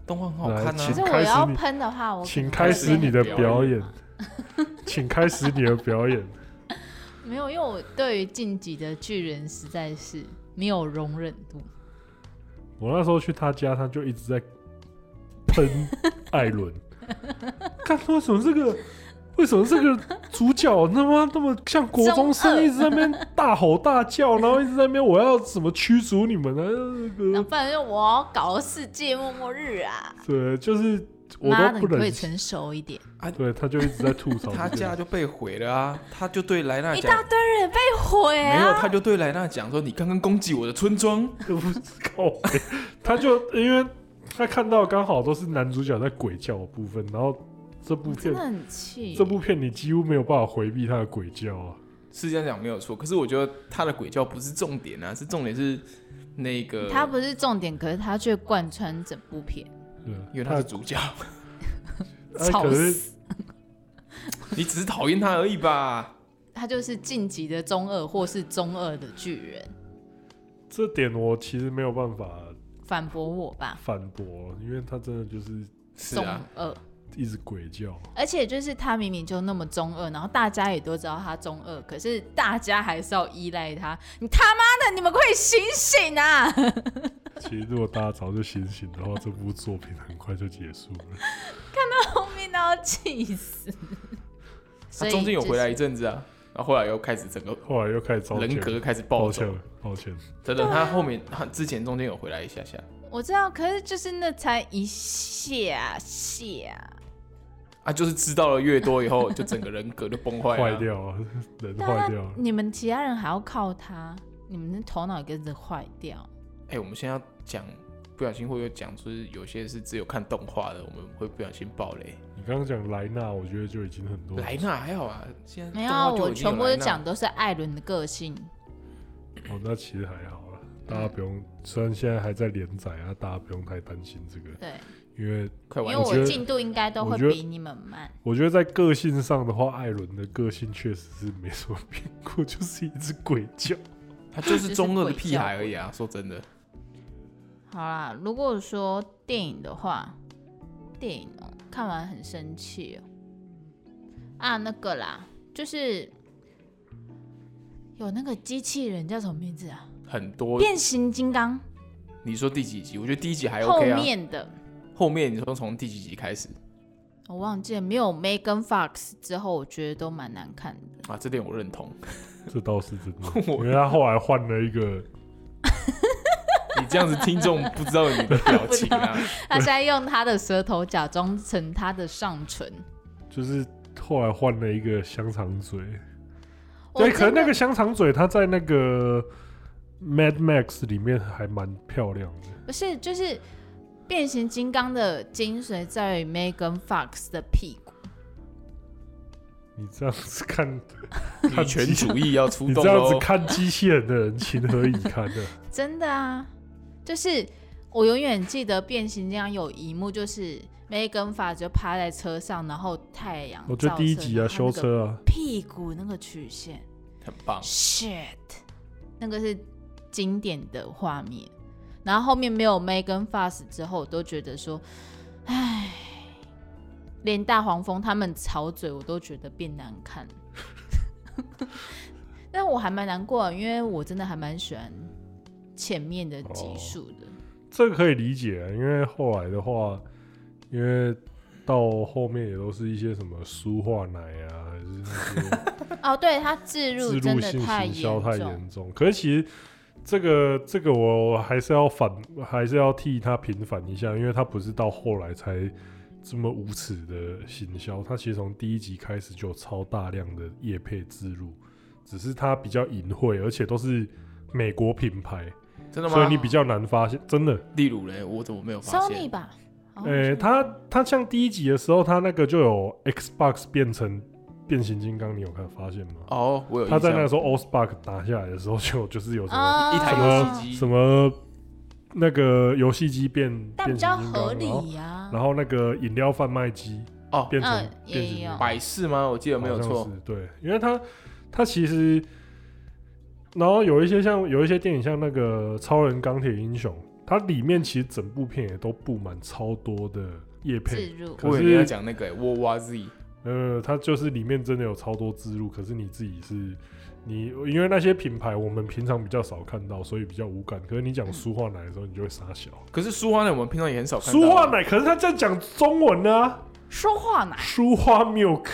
[SPEAKER 2] 动画很好
[SPEAKER 1] 来
[SPEAKER 2] 看
[SPEAKER 3] 可
[SPEAKER 1] 请
[SPEAKER 3] 是
[SPEAKER 2] 啊。
[SPEAKER 3] 我
[SPEAKER 1] 开始
[SPEAKER 3] 要
[SPEAKER 1] 你
[SPEAKER 3] 喷的话，我可
[SPEAKER 1] 请
[SPEAKER 3] 能
[SPEAKER 1] 开
[SPEAKER 3] 会
[SPEAKER 1] 始你的表
[SPEAKER 2] 表
[SPEAKER 1] 演，请开始你的表演。
[SPEAKER 3] 没有，因为我对于晋级的巨人实在是没有容忍度。
[SPEAKER 1] 我那时候去他家，他就一直在喷艾伦， 看为什么这个为什么这个主角他妈那么像国中
[SPEAKER 3] 中
[SPEAKER 1] 生，
[SPEAKER 3] 二
[SPEAKER 1] 一直在那边大吼大叫，然后一直在那边我要怎么驱逐你们呢、啊
[SPEAKER 3] 那
[SPEAKER 1] 那个
[SPEAKER 3] 不然就我要搞世界末末日啊！
[SPEAKER 1] 对，就是我
[SPEAKER 3] 妈的，
[SPEAKER 1] 都
[SPEAKER 3] 你
[SPEAKER 1] 不
[SPEAKER 3] 可以
[SPEAKER 1] 忍心。
[SPEAKER 3] 成熟一点。
[SPEAKER 1] 对，他就一直在吐槽
[SPEAKER 2] 他
[SPEAKER 1] 这
[SPEAKER 2] 家
[SPEAKER 1] 个。
[SPEAKER 2] 就被毁了啊！他就对莱纳
[SPEAKER 3] 一
[SPEAKER 2] 讲
[SPEAKER 3] 大，堆人被毁
[SPEAKER 2] 没有，
[SPEAKER 3] 啊！
[SPEAKER 2] 他就对莱纳讲说：“你刚刚攻击我的村庄。
[SPEAKER 1] 靠北他就因为他看到刚好都是男主角在鬼叫的部分，然后这部
[SPEAKER 3] 我
[SPEAKER 1] 片
[SPEAKER 3] 真的很气。
[SPEAKER 1] 这部片你几乎没有办法回避他的鬼叫啊。”
[SPEAKER 2] 是这样讲没有错，可是我觉得他的鬼叫不是重点啊，是重点是那个
[SPEAKER 3] 它不是重点，可是它却贯穿整部片，
[SPEAKER 1] 对，
[SPEAKER 2] 因为他是主角，
[SPEAKER 1] 哎
[SPEAKER 3] 吵
[SPEAKER 1] 可是
[SPEAKER 3] 死！
[SPEAKER 2] 你只是讨厌他而已吧？
[SPEAKER 3] 它就是晋级的中二，或是中二的巨人。
[SPEAKER 1] 这点我其实没有办法
[SPEAKER 3] 反驳我吧，
[SPEAKER 1] 反驳，因为他真的就是
[SPEAKER 2] 是
[SPEAKER 3] 中
[SPEAKER 2] 啊，
[SPEAKER 3] 二。
[SPEAKER 1] 一直鬼叫，
[SPEAKER 3] 而且就是他明明就那么中二，然后大家也都知道他中二，可是大家还是要依赖他。你他妈的，你们快醒醒啊！
[SPEAKER 1] 其实如果大家早就醒醒的话，这部作品很快就结束了。
[SPEAKER 3] 后面都要气死。所
[SPEAKER 2] 他
[SPEAKER 3] 以
[SPEAKER 2] 中间有
[SPEAKER 3] 就是
[SPEAKER 2] 回来一阵子啊，然后后来又开始整个
[SPEAKER 1] 后来又开始招
[SPEAKER 2] 人
[SPEAKER 1] 钱
[SPEAKER 2] 格开始暴
[SPEAKER 1] 抱
[SPEAKER 2] 走
[SPEAKER 1] 歉。了，抱歉了，
[SPEAKER 2] 等等，他后面他之前中间有回来一下下
[SPEAKER 3] 我知道，可是就是那才一下下，
[SPEAKER 2] 啊，就是知道了越多以后，就整个人格就崩 坏
[SPEAKER 1] 坏
[SPEAKER 2] 了。
[SPEAKER 1] 掉啊，人
[SPEAKER 3] 当
[SPEAKER 1] 坏
[SPEAKER 3] 然
[SPEAKER 1] 掉了。
[SPEAKER 3] 你们其他人还要靠他，你们的头脑也跟着坏掉。
[SPEAKER 2] 哎、我们现在要讲，不小心会有讲，就是有些是只有看动画的，我们会不小心爆雷。
[SPEAKER 1] 你刚刚讲莱纳，我觉得就已经很多。
[SPEAKER 2] 莱纳还好啊，现在
[SPEAKER 3] 没
[SPEAKER 2] 动画
[SPEAKER 3] 有，
[SPEAKER 2] 就
[SPEAKER 3] 我
[SPEAKER 2] 已经
[SPEAKER 3] 全部
[SPEAKER 2] 莱
[SPEAKER 3] 都
[SPEAKER 2] 纳
[SPEAKER 3] 讲都是艾伦的个性。
[SPEAKER 1] 哦，那其实还好啦，大家不用。虽然现在还在连载啊，大家不用太担心这个，
[SPEAKER 3] 对，
[SPEAKER 1] 因为
[SPEAKER 2] 快
[SPEAKER 3] 因
[SPEAKER 2] 完
[SPEAKER 3] 为
[SPEAKER 2] 结
[SPEAKER 1] 觉
[SPEAKER 3] 我
[SPEAKER 1] 得
[SPEAKER 3] 进度应该都
[SPEAKER 1] 我
[SPEAKER 3] 会
[SPEAKER 1] 觉得
[SPEAKER 3] 比你们慢。
[SPEAKER 1] 我觉得在个性上的话，艾伦的个性确实是没什么变过， 就是一只鬼叫。
[SPEAKER 2] 他就
[SPEAKER 3] 就是
[SPEAKER 2] 是中二的
[SPEAKER 3] 鬼
[SPEAKER 2] 屁
[SPEAKER 3] 叫
[SPEAKER 2] 孩而已啊！说真的，
[SPEAKER 3] 好啦，如果说电影的话，电影哦、看完很生气哦、啊，那个啦，就是有那个机器人叫什么名字啊？
[SPEAKER 2] 很多。
[SPEAKER 3] 变形金刚、
[SPEAKER 2] 你说第几集？我觉得第一集还
[SPEAKER 3] 后
[SPEAKER 2] OK 啊。
[SPEAKER 3] 面的
[SPEAKER 2] 后面你说从第几集开始
[SPEAKER 3] 我忘记了，没有 Megan Fox 之后，我觉得都蛮难看的。
[SPEAKER 2] 啊？这点我认同。，
[SPEAKER 1] 这倒是真的因
[SPEAKER 2] 我
[SPEAKER 1] 为他后来换了一个，
[SPEAKER 2] 你这样子，听众不知道你的 表情啊。
[SPEAKER 3] 他现在用他的舌头假装成他的上唇，
[SPEAKER 1] 就是后来换了一个香肠嘴。
[SPEAKER 3] 我
[SPEAKER 1] 对，可能
[SPEAKER 3] 真的
[SPEAKER 1] 那个香肠嘴，它在那个 Mad Max 里面还蛮漂亮的。
[SPEAKER 3] 不是就是变形金刚的精髓在于 Megan Fox 的屁股。
[SPEAKER 1] 你这样子看，
[SPEAKER 2] 女权主义要 出
[SPEAKER 1] 你
[SPEAKER 2] 动
[SPEAKER 1] 这样子
[SPEAKER 2] 喽！
[SPEAKER 1] 看机器人的人，情何以堪呢？
[SPEAKER 3] 真的啊，就是我永远记得变形金刚有一幕，就是梅根法就趴在车上，然后太阳
[SPEAKER 1] 我觉得第一集啊，
[SPEAKER 3] 照
[SPEAKER 1] 修
[SPEAKER 3] 射到他那个
[SPEAKER 1] 车啊，
[SPEAKER 3] 屁股那个曲线
[SPEAKER 2] 很棒，
[SPEAKER 3] ，shit，那个是经典的画面。然后后面没有 Megan Fast 之后，我都觉得说，唉，连大黄蜂他们吵嘴，我都觉得变难看。 但我还蛮难过的，因为我真的还蛮喜欢前面的集数的。
[SPEAKER 1] 这个可以理解啊，因为后来的话，因为到后面也都是一些什么舒化奶啊，还是那些
[SPEAKER 3] 哦，对，它置入
[SPEAKER 1] 自
[SPEAKER 3] 真
[SPEAKER 1] 入
[SPEAKER 3] 的
[SPEAKER 1] 性
[SPEAKER 3] 太
[SPEAKER 1] 行销太
[SPEAKER 3] 重，
[SPEAKER 1] 严重。可是其实这个这个我我还是要反，还是要替他平反一下，因为他不是到后来才这么无耻的行销，他其实从第一集开始就有超大量的业配植入，只是他比较隐晦，而且都是美国品牌，
[SPEAKER 2] 真的
[SPEAKER 1] 所以
[SPEAKER 2] 吗
[SPEAKER 1] 你？比较难发现。真的，
[SPEAKER 2] 例如嘞，我怎么没有发
[SPEAKER 3] Sony
[SPEAKER 2] 现？
[SPEAKER 3] 吧？哦
[SPEAKER 1] 呃、他他像第一集的时候，他那个就有 Xbox 变成变形金刚，你有看发现吗？
[SPEAKER 2] 哦，我有印
[SPEAKER 1] 他
[SPEAKER 2] 象。
[SPEAKER 1] 在那个时候 o s p a c 打下来的时候，就就是有什么。
[SPEAKER 3] 啊
[SPEAKER 2] 一台游戏机
[SPEAKER 1] 什么那个游戏机变
[SPEAKER 3] 但
[SPEAKER 1] 变
[SPEAKER 3] 比
[SPEAKER 1] 形
[SPEAKER 3] 较
[SPEAKER 1] 金刚
[SPEAKER 3] 合
[SPEAKER 1] 然后
[SPEAKER 3] 理呀、
[SPEAKER 1] 然后那个饮料贩卖机
[SPEAKER 2] 哦，
[SPEAKER 1] 变成、
[SPEAKER 3] 嗯
[SPEAKER 1] 变形
[SPEAKER 3] 也
[SPEAKER 1] 金
[SPEAKER 3] 有
[SPEAKER 1] 刚，
[SPEAKER 2] 百事吗？我记得没有
[SPEAKER 1] 好
[SPEAKER 2] 错
[SPEAKER 1] 像。是，对，因为它它其实，然后有一些像有一些电影像那个《超人钢铁英雄》，它里面其实整部片也都布满超多的叶
[SPEAKER 3] 置
[SPEAKER 1] 配，
[SPEAKER 3] 入
[SPEAKER 1] 可
[SPEAKER 2] 我以为你要
[SPEAKER 1] 是
[SPEAKER 2] 讲那个欸沃哇 Z，
[SPEAKER 1] 呃，它就是里面真的有超多植入，可是你自己是。你因为那些品牌我们平常比较少看到，所以比较无感。可是你
[SPEAKER 3] 嗯
[SPEAKER 1] 讲舒化奶的时候，你就会傻笑。
[SPEAKER 2] 可是舒花奶我们平常也很啊少看到。
[SPEAKER 1] 舒化，奶，可是他在讲中文呢、啊，
[SPEAKER 3] 说话呢？
[SPEAKER 1] 舒化 milk。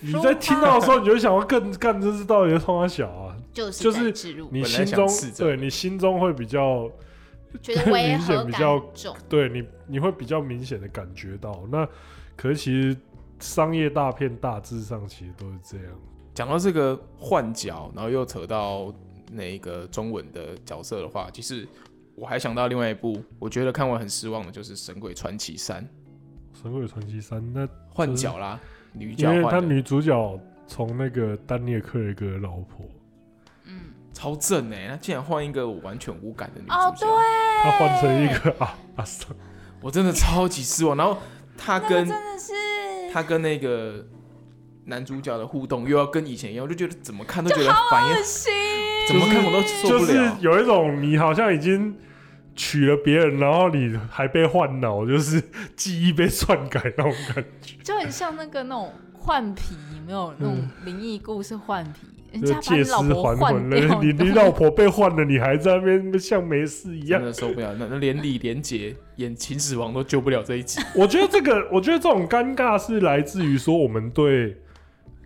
[SPEAKER 1] 你在听到的时候，你就想要更干，这是到底是冲他小啊？
[SPEAKER 3] 就是
[SPEAKER 1] 就
[SPEAKER 3] 在
[SPEAKER 1] 是
[SPEAKER 3] 置入，
[SPEAKER 1] 你
[SPEAKER 2] 本
[SPEAKER 1] 心
[SPEAKER 2] 来
[SPEAKER 1] 中
[SPEAKER 2] 想试着
[SPEAKER 1] 对你心中会比较
[SPEAKER 3] 觉得违和
[SPEAKER 1] 明显比
[SPEAKER 3] 感
[SPEAKER 1] 较
[SPEAKER 3] 很重。
[SPEAKER 1] 对你，你会比较明显的感觉到。那可是其实商业大片大致上其实都是这样。
[SPEAKER 2] 讲到这个换角，然后又扯到那个中文的角色的话，其实我还想到另外一部，我觉得看完很失望的就是《神鬼传奇三》
[SPEAKER 1] 《神鬼传奇三》那
[SPEAKER 2] 换角啦，女
[SPEAKER 1] 因
[SPEAKER 2] 角
[SPEAKER 1] 为他
[SPEAKER 2] 换的
[SPEAKER 1] 女主角从那个丹尼尔·克雷格的老婆，
[SPEAKER 3] 嗯，
[SPEAKER 2] 超正哎、欸，她竟然换一个我完全无感的女主角，
[SPEAKER 3] 哦，对，
[SPEAKER 1] 她换成一个啊阿桑，
[SPEAKER 2] 我真的超级失望。然后她
[SPEAKER 3] 那个
[SPEAKER 2] 跟
[SPEAKER 3] 真的是
[SPEAKER 2] 她跟那个男主角的互动又要跟以前一样，我就觉得怎么看都觉得反应
[SPEAKER 3] 恶心。
[SPEAKER 2] 怎么看我都受
[SPEAKER 1] 就
[SPEAKER 2] 不
[SPEAKER 1] 是
[SPEAKER 2] 了。
[SPEAKER 1] 有一种你好像已经娶了别人，然后你还被换脑，就是记忆被篡改那种感觉，
[SPEAKER 3] 就很像那个那种换皮，有没有那种灵异故事换皮，人
[SPEAKER 1] 嗯就
[SPEAKER 3] 家把
[SPEAKER 1] 借
[SPEAKER 3] 你
[SPEAKER 1] 尸
[SPEAKER 3] 老婆
[SPEAKER 1] 还
[SPEAKER 3] 换
[SPEAKER 1] 魂
[SPEAKER 3] 掉
[SPEAKER 1] 了。，你
[SPEAKER 3] 懂
[SPEAKER 1] 你
[SPEAKER 3] 吗
[SPEAKER 1] 老婆被换了，你还在那边像没事一样
[SPEAKER 2] 真。的受不了。那那连李连杰演秦始皇都救不了这一集，
[SPEAKER 1] 我觉得这个，我觉得这种尴尬是来自于说我们对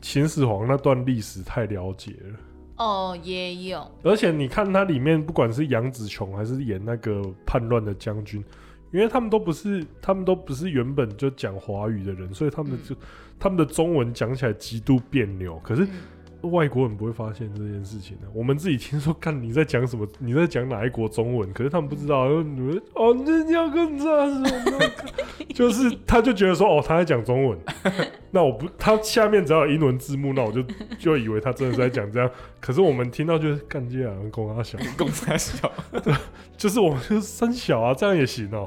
[SPEAKER 1] 秦始皇那段历史太了解了。
[SPEAKER 3] 哦，也有
[SPEAKER 1] 而且你看它里面，不管是杨紫琼还是演那个叛乱的将军，因为他们都不是，他们都不是原本就讲华语的人，所以他们
[SPEAKER 3] 嗯
[SPEAKER 1] 就、他们的中文讲起来极度别扭。可是
[SPEAKER 3] 嗯
[SPEAKER 1] 外国人不会发现这件事情的、啊我们自己听说，看你在讲什么，你在讲哪一国中文，可是他们不知道，然后你们哦，那你要跟啊这样子，就是他就觉得说哦，他在讲中文，那我不，他下面只要有英文字幕，那我就就以为他真的是在讲这样。可是我们听到就是干这两个公阿小，
[SPEAKER 2] 共产小，
[SPEAKER 1] 就是我们就是三小啊，这样也行哦、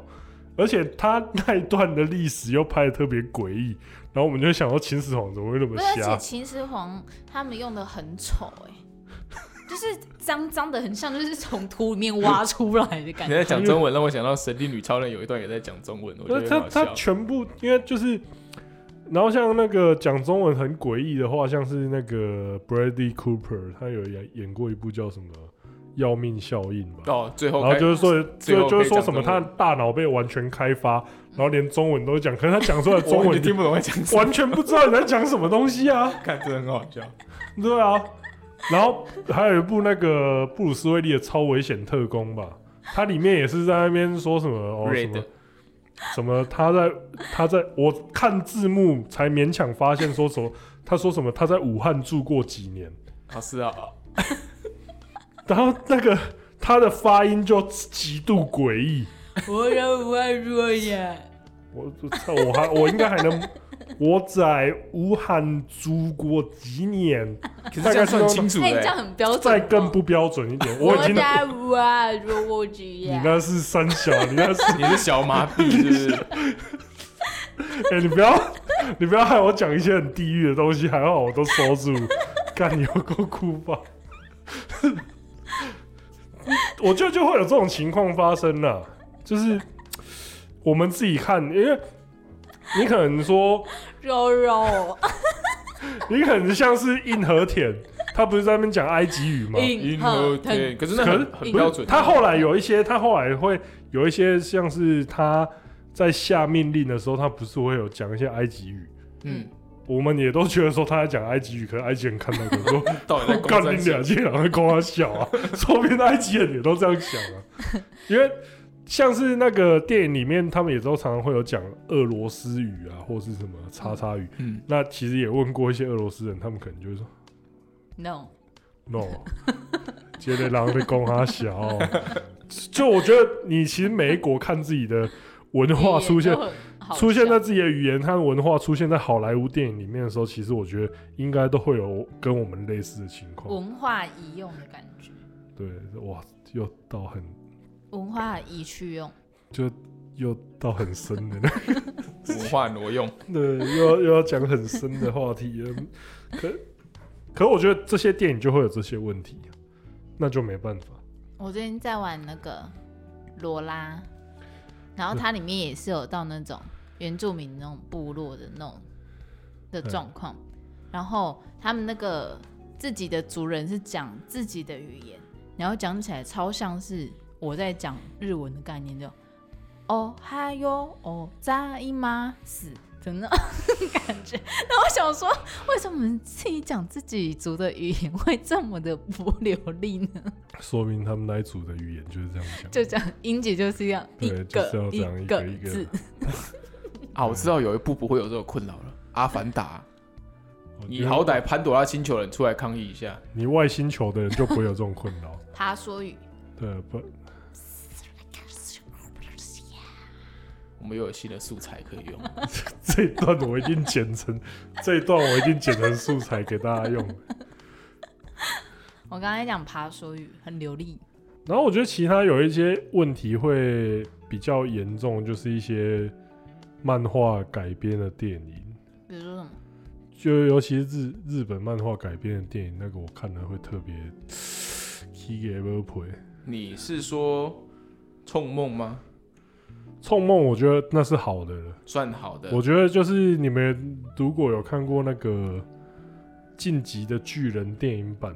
[SPEAKER 1] 而且他那一段的历史又拍的特别诡异，然后我们就会想到秦始皇怎么会那么
[SPEAKER 3] 不是，而且
[SPEAKER 1] 瞎？
[SPEAKER 3] 秦始皇他们用的很丑哎、就是脏脏的，很像就是从土里面挖出来的感
[SPEAKER 2] 你
[SPEAKER 3] 觉。
[SPEAKER 2] 在讲中文，让我想到《神力女超人》有一段也在讲中文，我觉
[SPEAKER 1] 那
[SPEAKER 2] 得
[SPEAKER 1] 他
[SPEAKER 2] 很好
[SPEAKER 1] 他
[SPEAKER 2] 笑。
[SPEAKER 1] 全部因为就是，然后像那个讲中文很诡异的话，像是那个 Bradley Cooper，他有演演过一部叫什么《要命效应》吧？
[SPEAKER 2] 哦，最后
[SPEAKER 1] 然后
[SPEAKER 2] 开
[SPEAKER 1] 就是说，
[SPEAKER 2] 最
[SPEAKER 1] 就
[SPEAKER 2] 后
[SPEAKER 1] 就是
[SPEAKER 2] 可以
[SPEAKER 1] 说
[SPEAKER 2] 讲
[SPEAKER 1] 什么
[SPEAKER 2] 中
[SPEAKER 1] 他
[SPEAKER 2] 文
[SPEAKER 1] 大脑被完全开发，然后连中文都讲，可是他讲出来的中 文
[SPEAKER 2] 我就
[SPEAKER 1] 你
[SPEAKER 2] 听不懂在 讲什么，
[SPEAKER 1] 完全不知道你在讲什么东西啊，
[SPEAKER 2] 看真的很好笑。
[SPEAKER 1] 对啊。然后还有一部那个布鲁斯威利的《超危险特工》吧，它里面也是在那边说什么哦什
[SPEAKER 2] Red
[SPEAKER 1] 么什么他在他在我看字幕才勉强发现说什么，他说什么他在武汉住过几年，
[SPEAKER 2] 啊是啊，哦
[SPEAKER 1] 然后那个他的发音就极度诡异，
[SPEAKER 3] 我让我爱说呀，
[SPEAKER 1] 我我操，我还我应该还能， 我在武汉住过几年，
[SPEAKER 2] 可是
[SPEAKER 1] 大
[SPEAKER 2] 这
[SPEAKER 1] 概
[SPEAKER 2] 样
[SPEAKER 1] 是
[SPEAKER 2] 算清楚欸
[SPEAKER 3] 哎、你
[SPEAKER 2] 嘞
[SPEAKER 3] 这。样很标准、哦
[SPEAKER 1] 再更，不标准一点，我
[SPEAKER 3] 我
[SPEAKER 1] 已经
[SPEAKER 3] 在我爱说我举
[SPEAKER 1] 你
[SPEAKER 3] 呀。
[SPEAKER 1] 那是三小，你那是
[SPEAKER 2] 你是小麻痹 是不是？
[SPEAKER 1] 哎、你不要，你不要害我讲一些很地狱的东西，还好我都收住，干你有够哭吧？ 我觉得就会有这种情况发生啦，就是我们自己看，因为你可能说，
[SPEAKER 3] 肉肉，
[SPEAKER 1] 你可能像是硬和田，他不是在那边讲埃及语吗？
[SPEAKER 3] 硬
[SPEAKER 2] 核
[SPEAKER 3] 核
[SPEAKER 2] 哦对，
[SPEAKER 3] 疼，
[SPEAKER 2] 可是那
[SPEAKER 1] 可是
[SPEAKER 2] 很
[SPEAKER 1] 不
[SPEAKER 2] 很
[SPEAKER 1] 是
[SPEAKER 2] 标准。
[SPEAKER 1] 他后来有一些，他后来会有一些像是他在下命令的时候，他不是会有讲一些埃及语？
[SPEAKER 2] 嗯，
[SPEAKER 1] 我们也都觉得说他在讲埃及语，可能埃及人看 到可能说
[SPEAKER 2] 到底在
[SPEAKER 1] 干
[SPEAKER 2] 公
[SPEAKER 1] 你
[SPEAKER 2] 三
[SPEAKER 1] 俩
[SPEAKER 2] 小？
[SPEAKER 1] 这两个光他笑 啊，说不定埃及人也都这样想啊，因为像是那个电影里面，他们也都常常会有讲俄罗斯语啊，或是什么叉叉语。
[SPEAKER 2] 嗯，
[SPEAKER 1] 那其实也问过一些俄罗斯人，他们可能就会说
[SPEAKER 3] no，
[SPEAKER 1] no，觉得狼的公他小哦、就我觉得你其实每一国看自己的文化出现，出现在自己的语言和文化出现在好莱坞电影里面的时候，其实我觉得应该都会有跟我们类似的情况。
[SPEAKER 3] 文化遗用的感觉，
[SPEAKER 1] 对，哇，又到很
[SPEAKER 3] 文化遗去用，
[SPEAKER 1] 又到很深的那个，
[SPEAKER 2] 文化挪用，
[SPEAKER 1] 对，又要又要讲很深的话题了。可可我觉得这些电影就会有这些问题，啊那就没办法。
[SPEAKER 3] 我最近在玩那个罗拉，然后它里面也是有到那种原住民那种部落的那种的状况，然后他们那个自己的族人是讲自己的语言，然后讲起来超像是我在讲日文的概念，就哦嗨哟哦扎伊玛死。的那种 感觉，然后我想说，为什么我们自己讲自己族的语言会这么的不流利呢？
[SPEAKER 1] 说明他们那一组的语言就是这样讲。
[SPEAKER 3] 就这样，英姐就是这样
[SPEAKER 1] 对
[SPEAKER 3] 一
[SPEAKER 1] 就是要
[SPEAKER 3] 个
[SPEAKER 1] 这样一个
[SPEAKER 3] 个
[SPEAKER 1] 一个
[SPEAKER 3] 字，
[SPEAKER 2] 啊，我知道有一部不会有这个困扰了，《阿凡达》。
[SPEAKER 1] 我觉
[SPEAKER 2] 你
[SPEAKER 1] 得
[SPEAKER 2] 好歹潘朵拉星球人出来抗议一下，
[SPEAKER 1] 你外星球的人就不会有这种困扰。
[SPEAKER 3] 爬说语。
[SPEAKER 1] 对，不，
[SPEAKER 2] 我们又有新的素材可以用。
[SPEAKER 1] 这一段我一定剪成， 这一段我一定剪成素材给大家用。
[SPEAKER 3] 我刚才讲爬说语很流利，
[SPEAKER 1] 然后我觉得其他有一些问题会比较严重，就是一些漫画改编的电影，
[SPEAKER 3] 比如说什么
[SPEAKER 1] 就尤其是日日本漫画改编的电影，那个我 看了会特别 k e
[SPEAKER 2] 你是说冲梦吗？
[SPEAKER 1] 冲梦我觉得那是好的了。
[SPEAKER 2] 算好的，
[SPEAKER 1] 我觉得就是你们如果有看过那个《晋级的巨人》电影版，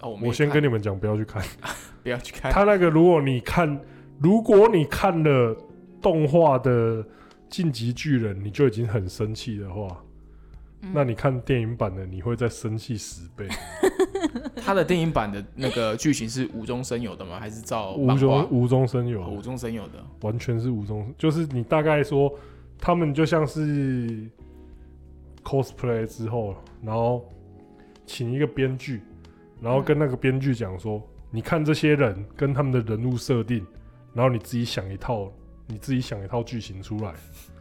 [SPEAKER 2] 哦，我没
[SPEAKER 1] 我先跟
[SPEAKER 2] 你
[SPEAKER 1] 你们讲，不要去看。
[SPEAKER 2] 不要去 看，
[SPEAKER 1] 他那个，如果你看，如果你看了动画的《晋级巨人》，你就已经很生气的话，
[SPEAKER 3] 嗯
[SPEAKER 1] 那你看电影版的，你会再生气十倍。
[SPEAKER 2] 他的电影版的那个剧情是无中生有的吗？还是照
[SPEAKER 1] 无
[SPEAKER 2] 哦漫画
[SPEAKER 1] 中？无中生
[SPEAKER 2] 哦
[SPEAKER 1] 有
[SPEAKER 2] 无，中生有的，
[SPEAKER 1] 完全是无中，就是你大概说，他们就像是 cosplay 之后，然后请一个编剧，然后跟那个编剧讲说，你看这些人跟他们的人物设定，然后你自己想一套，你自己想一套剧情出来。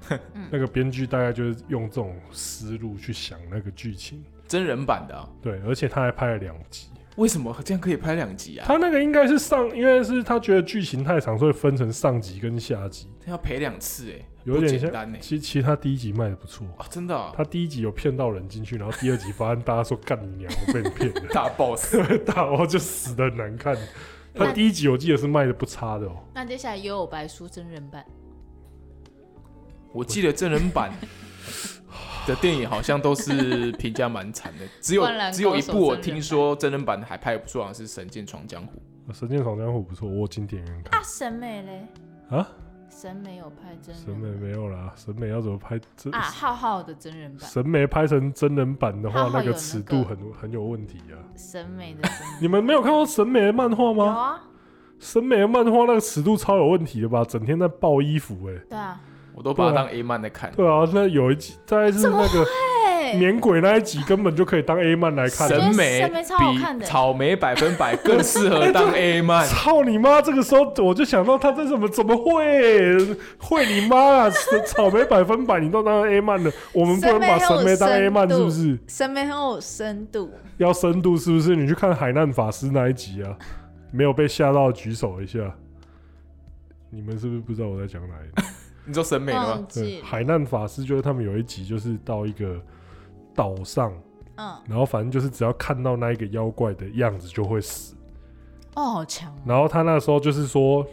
[SPEAKER 3] 嗯
[SPEAKER 1] 那个编剧大概就是用这种思路去想那个剧情，
[SPEAKER 2] 真人版的啊、
[SPEAKER 1] 对，而且他还拍了两集。
[SPEAKER 2] 为什么这样可以拍两集啊？
[SPEAKER 1] 他那个应该是上，因为是他觉得剧情太长，所以分成上集跟下集。
[SPEAKER 2] 他要赔两次哎、
[SPEAKER 1] 有点
[SPEAKER 2] 不简
[SPEAKER 1] 像
[SPEAKER 2] 单哎、
[SPEAKER 1] 其其实他第一集卖的不错，
[SPEAKER 2] 哦，真 的啊、
[SPEAKER 1] 他第一集有骗到人进去，然后第二集发现大家说干你娘，我被你骗了，
[SPEAKER 2] 大 boss
[SPEAKER 1] 大王就死的难看。他
[SPEAKER 3] 那
[SPEAKER 1] 第一集我记得是卖的不差的哦、
[SPEAKER 3] 那接下来幽有白书真人版，
[SPEAKER 2] 我记得真人版的电影好像都是评价蛮惨的，只有
[SPEAKER 3] 灌篮高手
[SPEAKER 2] 只有一部我
[SPEAKER 3] 真人版
[SPEAKER 2] 听说真人版还拍得不错，好像是《神剑闯江湖
[SPEAKER 1] 神剑闯江湖》不错，我有进电影院看
[SPEAKER 3] 啊，审美嘞，
[SPEAKER 1] 啊。
[SPEAKER 3] 审美有拍真人
[SPEAKER 1] 审
[SPEAKER 3] 版
[SPEAKER 1] 美没有啦，审美要怎么拍真？
[SPEAKER 3] 啊，浩浩的真人版，
[SPEAKER 1] 审美拍成真人版的话
[SPEAKER 3] 浩，浩
[SPEAKER 1] 那个
[SPEAKER 3] 有那
[SPEAKER 1] 尺
[SPEAKER 3] 个
[SPEAKER 1] 度很很有问题啊。
[SPEAKER 3] 审美的真人
[SPEAKER 1] 你们没有看过审美的漫画
[SPEAKER 3] 有
[SPEAKER 1] 吗？
[SPEAKER 3] 啊，
[SPEAKER 1] 审美的漫画那个尺度超有问题的吧？整天在爆衣服、欸，》，
[SPEAKER 3] 对啊，
[SPEAKER 2] 我都把它当 A 漫在看。
[SPEAKER 1] 对啊，那有一集大概是那个
[SPEAKER 3] 对，
[SPEAKER 1] 免鬼那一集根本就可以当 A 漫来看的。
[SPEAKER 2] 审美
[SPEAKER 3] 审美超好看
[SPEAKER 2] 比
[SPEAKER 3] 的
[SPEAKER 2] 草莓百分百更适合当 A 漫，
[SPEAKER 1] 操你妈！这个时候我就想到他这怎么怎么会会你妈啊！草莓百分百你都当 A 漫了，我们不能把审美当 A 漫是不是？
[SPEAKER 3] 审美很有深度，
[SPEAKER 1] 要深度是不是？你去看海难法师那一集啊，没有被吓到的举手一下。你们是不是不知道我在讲哪一集？
[SPEAKER 2] 你说审美了
[SPEAKER 3] 忘
[SPEAKER 2] 吗？
[SPEAKER 1] 对
[SPEAKER 3] 记了，
[SPEAKER 1] 海难法师就是他们有一集就是到一个岛上，
[SPEAKER 3] 嗯，
[SPEAKER 1] 然后反正就是只要看到那一个妖怪的样子就会死。
[SPEAKER 3] 哦，好强哦，
[SPEAKER 1] 然后他那时候就是说，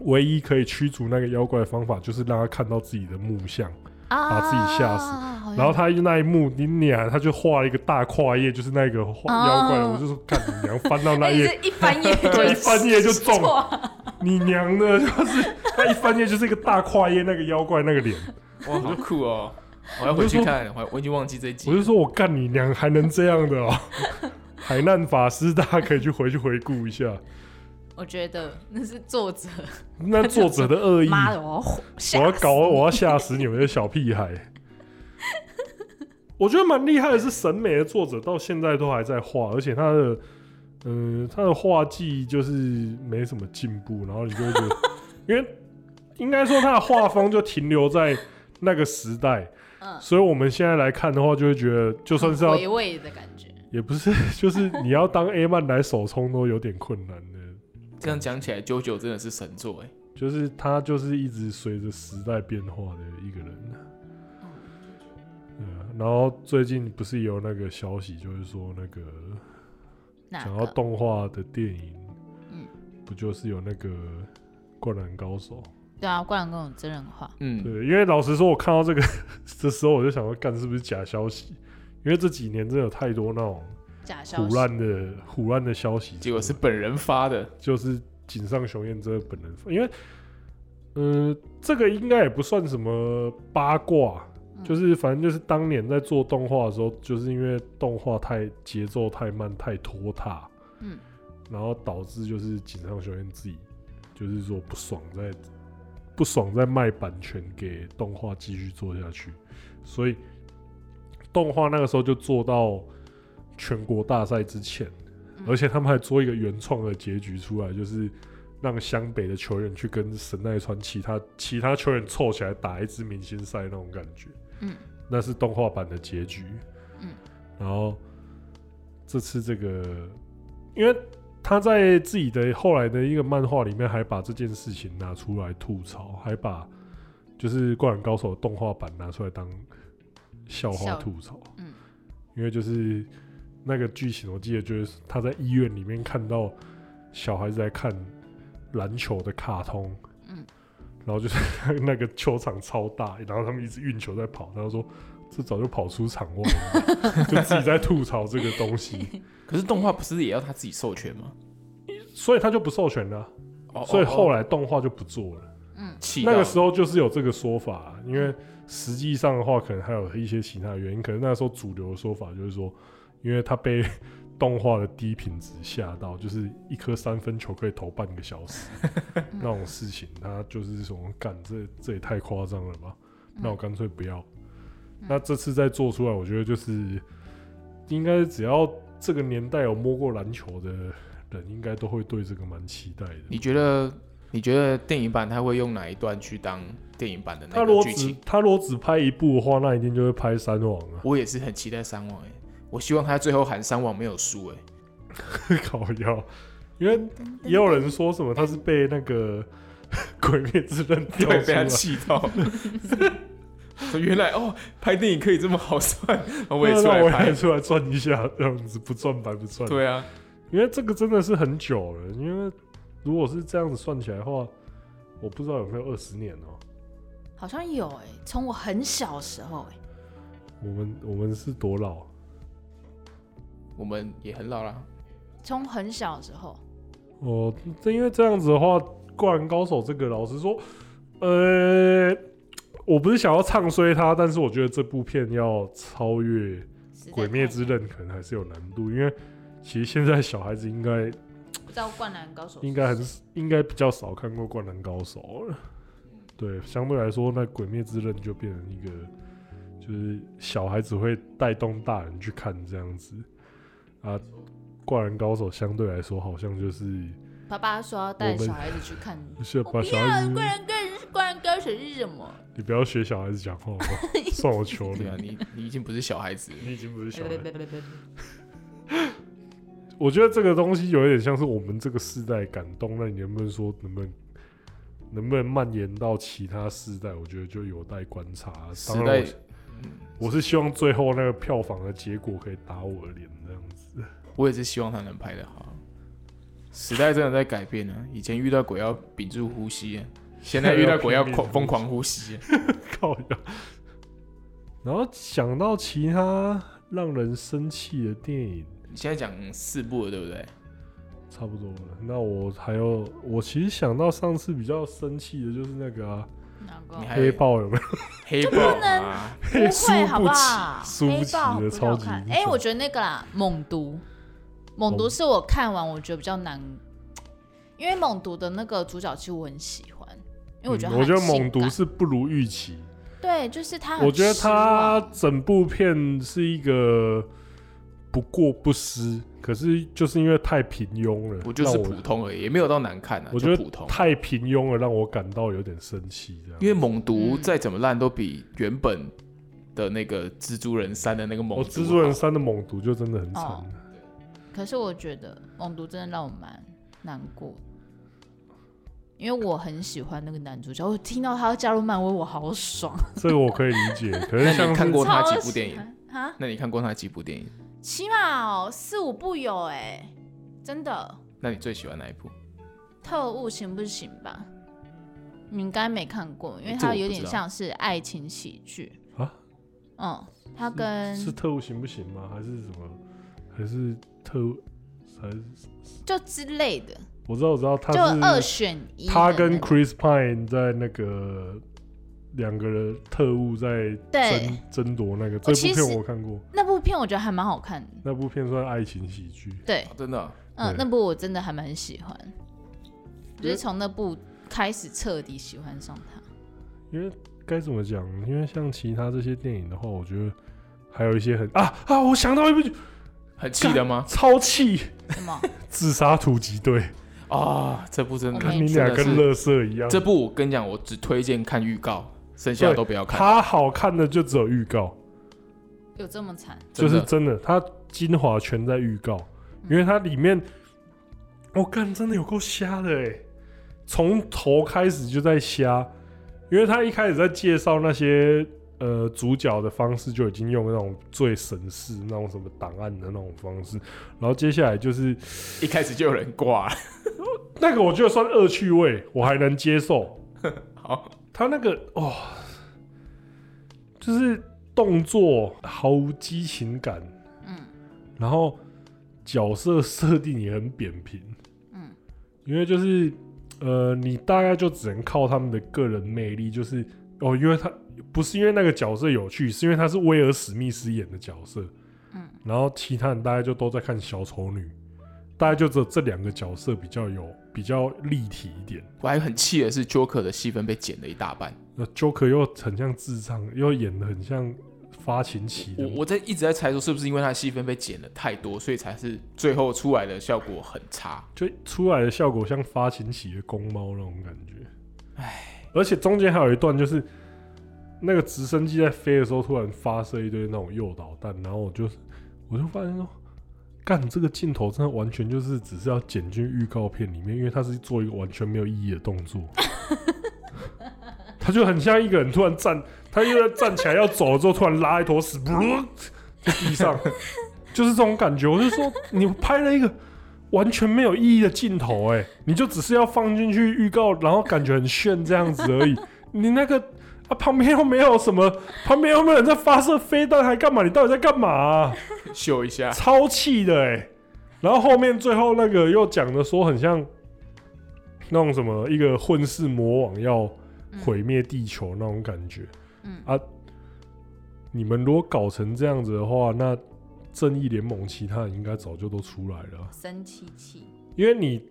[SPEAKER 1] 唯一可以驱逐那个妖怪的方法就是让他看到自己的木像，
[SPEAKER 3] 啊，
[SPEAKER 1] 把自己吓死
[SPEAKER 3] 好像
[SPEAKER 1] 然后他那一幕，你娘，他就画了一个大跨页，就是那个画
[SPEAKER 3] 哦
[SPEAKER 1] 妖怪的，我就说干你娘，翻到那
[SPEAKER 3] 哎，你
[SPEAKER 1] 页，
[SPEAKER 3] 这一翻 页就
[SPEAKER 1] 对一翻页就中
[SPEAKER 3] 错
[SPEAKER 1] 你娘的，就是 他一翻页就是一个大跨页，那个妖怪那个 脸，
[SPEAKER 2] 哇，好酷哦！ 我要回去看，我我已经忘记这一集
[SPEAKER 1] 我
[SPEAKER 2] 了。
[SPEAKER 1] 就说我干你娘，还能这样的哦。 海难法师，大家可以去回去回顾一下，
[SPEAKER 3] 我觉得那是作者，
[SPEAKER 1] 那作者的恶意，
[SPEAKER 3] 妈的，我要
[SPEAKER 1] 哎
[SPEAKER 3] 火
[SPEAKER 1] 我要
[SPEAKER 3] 吓死
[SPEAKER 1] 搞，我要吓死你们这小屁孩！ 我觉得蛮厉害的是，审美的作者到现在都还在画，而且他的，嗯、他的画技就是没什么进步，然后你就会觉 得，因为应该说他的画风就停留在那个时代，
[SPEAKER 3] 嗯
[SPEAKER 1] 所以我们现在来看的话，就会觉得就算是要，
[SPEAKER 3] 回味的感觉，
[SPEAKER 1] 也不是，就是你要当 A 漫来首冲都有点困难的，
[SPEAKER 2] 这样讲起来，九九真的是神作哎。
[SPEAKER 1] 就是他就是一直随着时代变化的一个人。
[SPEAKER 3] 嗯
[SPEAKER 1] 对啊，然后最近不是有那个消息，就是说那个
[SPEAKER 3] 那
[SPEAKER 1] 讲到动画的电影，
[SPEAKER 3] 嗯
[SPEAKER 1] 不就是有那个《灌篮高手》？
[SPEAKER 3] 对啊，灌篮高手真人化，
[SPEAKER 2] 嗯，
[SPEAKER 1] 对，因为老实说，我看到这个 的时候，我就想说，干是不是假消息？因为这几年真的有太多那种
[SPEAKER 3] 假消
[SPEAKER 1] 胡
[SPEAKER 3] 息，
[SPEAKER 1] 乱的胡乱的消息出来，
[SPEAKER 2] 结果是本人发的，
[SPEAKER 1] 就是井上雄彦真的本人，因为，嗯，这个应该也不算什么八卦，
[SPEAKER 3] 嗯
[SPEAKER 1] 就是反正就是当年在做动画的时候，就是因为动画太节奏太慢太拖沓，
[SPEAKER 3] 嗯，
[SPEAKER 1] 然后导致就是井上雄彦自己就是说不爽在不爽在卖版权给动画继续做下去，所以动画那个时候就做到全国大赛之前，
[SPEAKER 3] 嗯
[SPEAKER 1] 而且他们还做一个原创的结局出来，就是让湘北的球员去跟神奈川其他其他球员凑起来打一支明星赛那种感觉。
[SPEAKER 3] 嗯，
[SPEAKER 1] 那是动画版的结局。
[SPEAKER 3] 嗯，
[SPEAKER 1] 然后这次这个，因为他在自己的后来的一个漫画里面还把这件事情拿出来吐槽，还把就是《灌篮高手》动画版拿出来当笑话
[SPEAKER 3] 笑
[SPEAKER 1] 吐槽。
[SPEAKER 3] 嗯，
[SPEAKER 1] 因为就是那个剧情，我记得就是他在医院里面看到小孩子在看篮球的卡通，
[SPEAKER 3] 嗯，
[SPEAKER 1] 然后就是 那个球场超大，然后他们一直运球在跑，然后说这早就跑出场外了， 就自己在吐槽这个东西，
[SPEAKER 2] 可是动画不是也要他自己授权吗？
[SPEAKER 1] 所以他就不授权了啊，
[SPEAKER 2] 哦
[SPEAKER 1] 所以后
[SPEAKER 2] 来
[SPEAKER 1] 来动画就不做了。
[SPEAKER 3] 嗯
[SPEAKER 2] 气到
[SPEAKER 1] 那个时候就是有这个说法啊，因为实际上的话，可能还有一些其他的原因。可能那时候主流的说法就是说，因为他被 动画的低品质吓到，就是一颗三分球可以投半个小时 那种事情，他就是什么干这这也太夸张了吧？
[SPEAKER 3] 嗯
[SPEAKER 1] 那我干脆不要。那这次再做出来，我觉得就是应该只要这个年代有摸过篮球的人，应该都会对这个蛮期待的。
[SPEAKER 2] 你觉得你觉得电影版他会用哪一段去当电影版的
[SPEAKER 1] 他
[SPEAKER 2] 那
[SPEAKER 1] 如
[SPEAKER 2] 个
[SPEAKER 1] 果
[SPEAKER 2] 剧
[SPEAKER 1] 只
[SPEAKER 2] 情？
[SPEAKER 1] 他如果只拍一部的话，那一定就会拍三王啊，
[SPEAKER 2] 我也是很期待三王哎、我希望他最后喊三王没有输 哎、
[SPEAKER 1] 搞笑。因为也有人说什么他是被那个 《鬼灭之刃》调
[SPEAKER 2] 对，
[SPEAKER 1] 出
[SPEAKER 2] 被他
[SPEAKER 1] 来，
[SPEAKER 2] 气到。 说原来哦，拍电影可以这么好算， 哦我也
[SPEAKER 1] 对啊
[SPEAKER 2] 出
[SPEAKER 1] 那
[SPEAKER 2] 来
[SPEAKER 1] 我也
[SPEAKER 2] 拍。
[SPEAKER 1] 出来赚一下，这样子不赚白不赚。，
[SPEAKER 2] 对啊，
[SPEAKER 1] 因为这个真的是很久了，因为如果是这样子算起来的话，我不知道有没有二十年哦、
[SPEAKER 3] 好像有哎、从我很小的时候哎、
[SPEAKER 1] 我们我们是多老？
[SPEAKER 2] 我们也很老啦。
[SPEAKER 3] 从很小的时候，
[SPEAKER 1] 哦，这因为这样子的话，《灌篮高手》这个老实说，呃，我不是想要唱衰它，但是我觉得这部片要超越《
[SPEAKER 3] 实在
[SPEAKER 1] 鬼灭之刃》可能还是有难度，因为其实现在小孩子应该
[SPEAKER 3] 太，不知道《灌篮高手》
[SPEAKER 1] 应该很应该比较少看过《灌篮高手》了。
[SPEAKER 3] 嗯
[SPEAKER 1] 对，相对来说，那《鬼灭之刃》就变成一个，就是小孩子会带动大人去看这样子啊，《灌篮高手》相对来说好像就是。
[SPEAKER 3] 爸爸说要带小孩子去看，
[SPEAKER 1] 是
[SPEAKER 3] 我
[SPEAKER 1] 把
[SPEAKER 3] 不
[SPEAKER 1] 小
[SPEAKER 3] 要
[SPEAKER 1] 孩子
[SPEAKER 3] 《灌篮高手》《灌篮高手》是什么？
[SPEAKER 1] 你不要学小孩子讲话好不好？ 算我求你
[SPEAKER 2] 对，啊，你你已经不是小孩子了，
[SPEAKER 1] 你已经不是小
[SPEAKER 3] 别
[SPEAKER 1] 孩
[SPEAKER 3] 别
[SPEAKER 1] 子。
[SPEAKER 3] 别别别！
[SPEAKER 1] 我觉得这个东西有一点像是我们这个世代感动，那你能不能说能不能能不能蔓延到其他世代？我觉得就有待观察。
[SPEAKER 2] 时
[SPEAKER 1] 当然
[SPEAKER 2] 代
[SPEAKER 1] 我是，我是希望最后那个票房的结果可以打我的脸这样子。
[SPEAKER 2] 我也是希望他能拍得好。时代真的在改变啊，以前遇到鬼要屏住呼吸、啊，现在遇到鬼要 狂疯狂呼吸啊、
[SPEAKER 1] 靠呀！然后想到其他让人生气的电影，
[SPEAKER 2] 你现在讲四部了，对不对？
[SPEAKER 1] 差不多了。那我还有，我其实想到上次比较生气的就是那个、啊、
[SPEAKER 3] 哪个
[SPEAKER 2] 你？还
[SPEAKER 1] 黑豹有没有？
[SPEAKER 2] 黑豹啊，
[SPEAKER 3] 不会好不好？
[SPEAKER 1] 输不起
[SPEAKER 3] 黑豹
[SPEAKER 1] 的
[SPEAKER 3] 不
[SPEAKER 1] 超
[SPEAKER 3] 好
[SPEAKER 1] 级
[SPEAKER 3] 看。
[SPEAKER 1] 英雄
[SPEAKER 3] 哎、我觉得那个啦，猛毒，猛毒
[SPEAKER 1] 猛
[SPEAKER 3] 是我看完我觉得比较难，因为猛毒的那个主角其实我很喜欢，因为我觉
[SPEAKER 1] 嗯
[SPEAKER 3] 得、他
[SPEAKER 1] 我觉得
[SPEAKER 3] 很性
[SPEAKER 1] 猛毒
[SPEAKER 3] 感
[SPEAKER 1] 是不如预期。
[SPEAKER 3] 对，啊就是他很
[SPEAKER 1] 我觉得
[SPEAKER 3] 失
[SPEAKER 1] 他
[SPEAKER 3] 望
[SPEAKER 1] 整部片是一个不过不失，可是就是因为太平庸了，
[SPEAKER 2] 我就是
[SPEAKER 1] 让
[SPEAKER 2] 普通而已，也没有到难看啊，
[SPEAKER 1] 我觉
[SPEAKER 2] 就普
[SPEAKER 1] 得
[SPEAKER 2] 通。
[SPEAKER 1] 太平庸了，让我感到有点生气。这样，
[SPEAKER 2] 因为猛毒
[SPEAKER 3] 嗯
[SPEAKER 2] 再怎么烂，都比原本的那个蜘蛛人三的那个猛
[SPEAKER 1] 哦，
[SPEAKER 2] 毒好。
[SPEAKER 1] 蜘蛛人三的猛毒就真的很惨。
[SPEAKER 3] 哦可是我觉得猛毒真的让我蛮难过的，因为我很喜欢那个男主角，我听到他要加入漫威，我好爽。
[SPEAKER 1] 这个我可以理解，可是
[SPEAKER 2] 那你
[SPEAKER 1] 像
[SPEAKER 2] 看
[SPEAKER 1] 是
[SPEAKER 2] 过他
[SPEAKER 3] 超
[SPEAKER 2] 几部
[SPEAKER 3] 喜
[SPEAKER 2] 电影
[SPEAKER 3] 欢啊？
[SPEAKER 2] 那你看过他几部电影？
[SPEAKER 3] 起码哦四五部有哎、真的。
[SPEAKER 2] 那你最喜欢哪一部？
[SPEAKER 3] 特务行不行吧？你应该没看
[SPEAKER 1] 哎
[SPEAKER 3] 过，因为
[SPEAKER 2] 诶这
[SPEAKER 3] 它
[SPEAKER 2] 我
[SPEAKER 3] 有
[SPEAKER 2] 不
[SPEAKER 3] 点
[SPEAKER 2] 知道
[SPEAKER 3] 像是爱情喜剧
[SPEAKER 1] 啊。
[SPEAKER 3] 嗯，它跟
[SPEAKER 1] 是特务行不行吗？还是什么？还是特务？还是
[SPEAKER 3] 就之类的，
[SPEAKER 1] 我知道，我知道他
[SPEAKER 3] 就二
[SPEAKER 1] 是
[SPEAKER 3] 选一的那种。
[SPEAKER 1] 他跟 Chris Pine 在那个两个人特务在
[SPEAKER 3] 对
[SPEAKER 1] 争争夺那个这
[SPEAKER 3] 我其
[SPEAKER 1] 部
[SPEAKER 3] 实
[SPEAKER 1] 片我看过，
[SPEAKER 3] 那部片，我觉得还蛮好看的。
[SPEAKER 1] 那部片算爱情喜剧。
[SPEAKER 3] 对，
[SPEAKER 2] 真的啊、
[SPEAKER 3] 嗯，
[SPEAKER 1] 对
[SPEAKER 3] 那部我真的还蛮喜欢，我
[SPEAKER 1] 因
[SPEAKER 3] 就是
[SPEAKER 1] 为
[SPEAKER 3] 从那部开始彻底喜欢上他。
[SPEAKER 1] 因为该怎么讲？因为像其他这些电影的话，我觉得还有一些很啊啊，我想到一部剧
[SPEAKER 2] 很气的吗？
[SPEAKER 1] 超气《
[SPEAKER 3] 什 么？
[SPEAKER 1] 自杀突击队》，
[SPEAKER 2] 啊，这部真的，
[SPEAKER 3] 我
[SPEAKER 1] 看
[SPEAKER 3] 没
[SPEAKER 1] 你
[SPEAKER 2] 真
[SPEAKER 1] 俩
[SPEAKER 2] 的
[SPEAKER 1] 跟
[SPEAKER 2] 是
[SPEAKER 1] 乐色一样。
[SPEAKER 2] 这部我跟你讲，我只推荐看预告，剩下的
[SPEAKER 1] 对
[SPEAKER 2] 都不要看。
[SPEAKER 1] 它好看的就只有预告，
[SPEAKER 3] 有这么惨？
[SPEAKER 1] 就
[SPEAKER 2] 真
[SPEAKER 1] 是
[SPEAKER 2] 的
[SPEAKER 1] 真的，它精华全在预告，因为它里面，我、干真的有够瞎的哎，从头开始就在瞎，因为他一开始在介绍那些呃主角的方式就已经用那种最神似那种什么档案的那种方式，然后接下来就是
[SPEAKER 2] 一开始就有人挂了，
[SPEAKER 1] 那个我觉得算恶趣味，我还能接 受。
[SPEAKER 2] 好，
[SPEAKER 1] 他那个哦，就是动作毫无激情感，
[SPEAKER 3] 嗯
[SPEAKER 1] 然后角色设定也很扁平，
[SPEAKER 3] 嗯
[SPEAKER 1] 因为就是呃，你大概就只能靠他们的个人魅力，就是哦，因为他不是因为那个角色有趣，是因为他是威尔史密斯演的角色，
[SPEAKER 3] 嗯，
[SPEAKER 1] 然后其他人大概就都在看小丑女，大概就只有这两个角色比较有比较立体一点。
[SPEAKER 2] 我还很气的是 Joker 的戏份被减了一大半。
[SPEAKER 1] 那 Joker 又很像智障，又演的很像发情期
[SPEAKER 2] 我
[SPEAKER 1] 的，
[SPEAKER 2] 我在一直在猜说，是不是因为他的戏份被减了太多，所以才是最后出来的效果很差。
[SPEAKER 1] 就出来的效果像发情期的公猫那种感觉。唉，而且中间还有一段就是那个直升机在飞的时候，突然发射一堆那种诱导弹，然后我就我就发现说，干这个镜头真的完全就是只是要剪进预告片里面，因为他是做一个完全没有意义的动作。他就很像一个人突然站，他一个人站起来要走了之后，突然拉一坨屎，噗在地上，就是这种感觉。我就说，你拍了一个完全没有意义的镜头、哎，你就只是要放进去预告，然后感觉很炫这样子而已。 你那个啊，旁边又没有什么，旁边又没有人在发射飞弹，还干嘛？你到底在干嘛啊、
[SPEAKER 2] 秀一下，
[SPEAKER 1] 超气的哎、然后后面最后那个又讲的说很像那种什么一个混世魔王要毁灭地球那种感觉。
[SPEAKER 3] 嗯
[SPEAKER 1] 啊，你们如果搞成这样子的话，那正义联盟其他人应该早就都出来了啊，
[SPEAKER 3] 生气气，
[SPEAKER 1] 因为你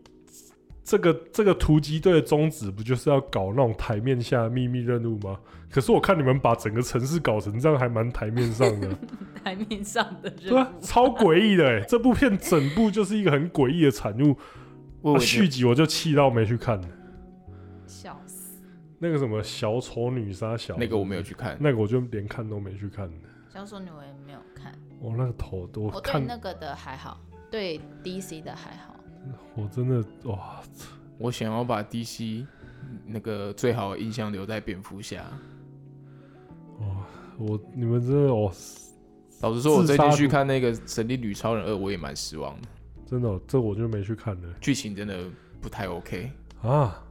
[SPEAKER 1] 这个这个突击队的宗旨不就是要搞那种台面下的秘密任务吗？可是我看你们把整个城市搞成这样，还蛮台面上 的。
[SPEAKER 3] 台面上的
[SPEAKER 1] 对啊
[SPEAKER 3] 任，务，
[SPEAKER 1] 超诡异的哎、这部片整部就是一个很诡异的产物。
[SPEAKER 2] 我
[SPEAKER 1] 啊续集我就气到没去看了。
[SPEAKER 3] 笑死！
[SPEAKER 1] 那个什么小丑女杀小，
[SPEAKER 2] 那个我没有去看，
[SPEAKER 1] 那个我就连看都没去看。
[SPEAKER 3] 小丑女我也没有看，
[SPEAKER 1] 我那个头都
[SPEAKER 3] 我哦对
[SPEAKER 1] 看，
[SPEAKER 3] 那个的还好，对 DC 的还好。
[SPEAKER 1] 我真的哇，
[SPEAKER 2] 我想要把 DC 那个最好的印象留在蝙蝠侠。
[SPEAKER 1] 我你们真的哦，
[SPEAKER 2] 老实说，我
[SPEAKER 1] 自
[SPEAKER 2] 最近
[SPEAKER 1] 杀
[SPEAKER 2] 去看那个《神力女超人二》，我也蛮失望的，
[SPEAKER 1] 真的、哦、这我就没去看了
[SPEAKER 2] 剧情真的不太 OK。
[SPEAKER 1] 啊。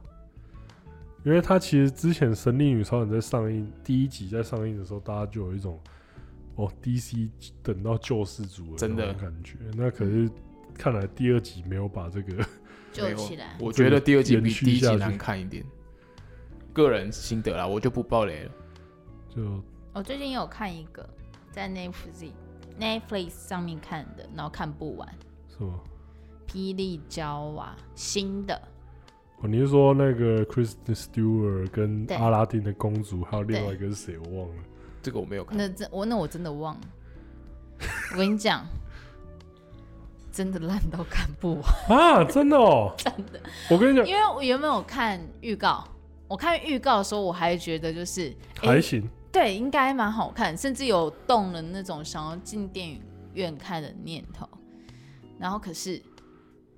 [SPEAKER 1] 因为它其实之前《神力女超人》在上映第一集在上映的时候，大家就有一种哦，DC 等到救世主了
[SPEAKER 2] 真的
[SPEAKER 1] 那种感觉。那可是看来第二集没有把这个
[SPEAKER 3] 救起来，
[SPEAKER 2] 我觉得第二季
[SPEAKER 1] 延
[SPEAKER 2] 比
[SPEAKER 1] 续
[SPEAKER 2] 第一
[SPEAKER 1] 下
[SPEAKER 2] 季
[SPEAKER 1] 去
[SPEAKER 2] 难看一点。个人心得啦，我就不爆雷了。
[SPEAKER 1] 就
[SPEAKER 3] 我最近有看一个在 Netflix Netflix 上面看的，然后看不完，
[SPEAKER 1] 什么？
[SPEAKER 3] 《霹雳娇娃》新的，
[SPEAKER 1] 哦，你是说那个 Kristen Stewart 跟
[SPEAKER 3] 对
[SPEAKER 1] 阿拉丁的公主，还有另
[SPEAKER 3] 对
[SPEAKER 1] 外一个是谁？我忘了。
[SPEAKER 2] 这个我没有看，哎
[SPEAKER 3] 那真我那我真的忘了，我跟你讲，真的烂到看不完。
[SPEAKER 1] 啊，真的哦， 真的。我跟你讲，
[SPEAKER 3] 因为我原本有看预告，我看预告的时候我还觉得就是，哎、
[SPEAKER 1] 还行。
[SPEAKER 3] 对，应该蛮好看，甚至有动了那种想要进电影院看的念头。然后可是，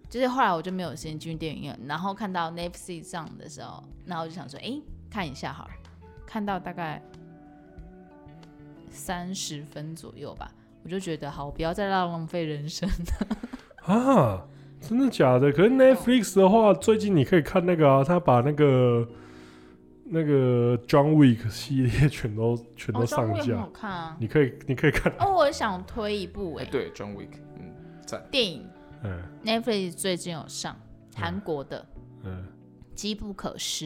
[SPEAKER 3] 就是后来我就没有时间进电影院，然后看到 Netflix 上的时候，然后我就想说，哎、看一下好了，看到大概三十分左右吧，我就觉得好，不要再浪浪费人生。
[SPEAKER 1] 啊，真的假的？可是 Netflix 的话，最近你可以看那个啊，他把那个那个 John Wick 系列全都全都
[SPEAKER 3] 哦，上
[SPEAKER 1] 上
[SPEAKER 3] 部也很
[SPEAKER 1] 架
[SPEAKER 3] 好，看啊。
[SPEAKER 1] 你可以你可以看。
[SPEAKER 3] 哦，我想推一部哎、
[SPEAKER 2] 哎，对，John Wick，嗯，
[SPEAKER 3] 电影
[SPEAKER 1] 嗯
[SPEAKER 3] Netflix 最近有上韩国的
[SPEAKER 1] 嗯，
[SPEAKER 3] 《机不可失》，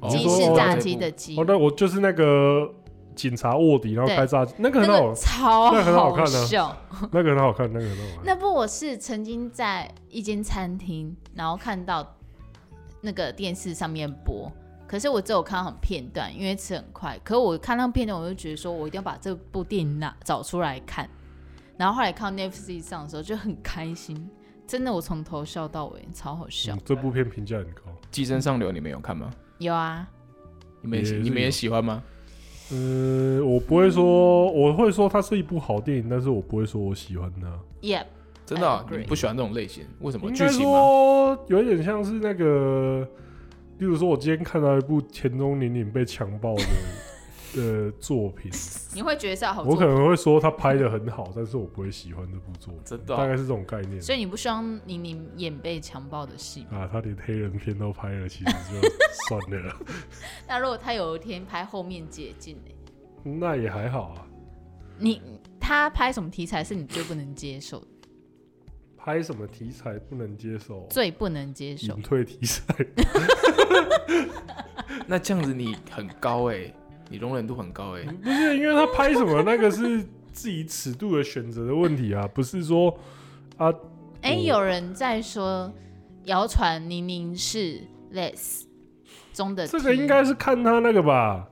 [SPEAKER 2] 哦
[SPEAKER 3] 鸡
[SPEAKER 1] 说
[SPEAKER 3] 是
[SPEAKER 1] 哦
[SPEAKER 3] 炸
[SPEAKER 2] 这
[SPEAKER 3] 鸡
[SPEAKER 2] 部
[SPEAKER 3] 的鸡
[SPEAKER 1] 哦，，那我就是那个警察卧底，然后
[SPEAKER 3] 对
[SPEAKER 1] 开炸鸡，那个
[SPEAKER 3] 那
[SPEAKER 1] 很好
[SPEAKER 3] 个，超
[SPEAKER 1] 那个很好看啊
[SPEAKER 3] 笑。
[SPEAKER 1] 那个很好 看，那个很好看。
[SPEAKER 3] 那部我是曾经在一间餐厅，然后看到那个电视上面播，可是我只有看到很片段，因为吃很快。可我看到片段，我就觉得说我一定要把这部电影拿找出来看。然后后来看到 Netflix 上的时候就很开心，真的我从头笑到尾，超好笑。
[SPEAKER 1] 嗯这部片评价很高。
[SPEAKER 2] 寄生上流》，你们有看吗？
[SPEAKER 3] 有啊，
[SPEAKER 2] 你们也喜
[SPEAKER 1] 也是
[SPEAKER 2] 你们也
[SPEAKER 1] 有
[SPEAKER 2] 喜欢吗？
[SPEAKER 1] 呃，我不会说，我会说它是一部好电影，但是我不会说我喜欢它。
[SPEAKER 3] 耶、
[SPEAKER 2] 真的啊、
[SPEAKER 3] I agree
[SPEAKER 2] 你们不喜欢这种类型？为什么？
[SPEAKER 1] 应
[SPEAKER 2] 剧
[SPEAKER 1] 该
[SPEAKER 2] 情吗？
[SPEAKER 1] 说有一点像是 那个，例如说，我今天看到一部田中玲玲被强暴的呃作品，
[SPEAKER 3] 你会觉得是好
[SPEAKER 1] 我
[SPEAKER 3] 作
[SPEAKER 1] 可
[SPEAKER 3] 品，
[SPEAKER 1] 能会说他拍的很好，但是我不会喜欢这部作品，
[SPEAKER 2] 真的哦
[SPEAKER 1] 大概是这种概念
[SPEAKER 3] 所以你不希望宁宁演被强暴的戏吗。
[SPEAKER 1] 啊。他连黑人片都拍了，其实就算了 啦，
[SPEAKER 3] 那如果他有一天拍后面解禁呢、
[SPEAKER 1] 那也还好啊。
[SPEAKER 3] 你他拍什么题材是你最不能接受的？
[SPEAKER 1] 拍什么题材不能接受？
[SPEAKER 3] 最不能接受
[SPEAKER 1] 隐？退题材，
[SPEAKER 2] 那这样子你很高哎、你容忍度很高哎、
[SPEAKER 1] 不是因为他拍什么那个是自己尺度的选择的问题啊，不是说啊
[SPEAKER 3] 哎、
[SPEAKER 1] 我
[SPEAKER 3] 有人在说谣传宁宁是 less 中的 T，
[SPEAKER 1] 这个应该是看他那个吧，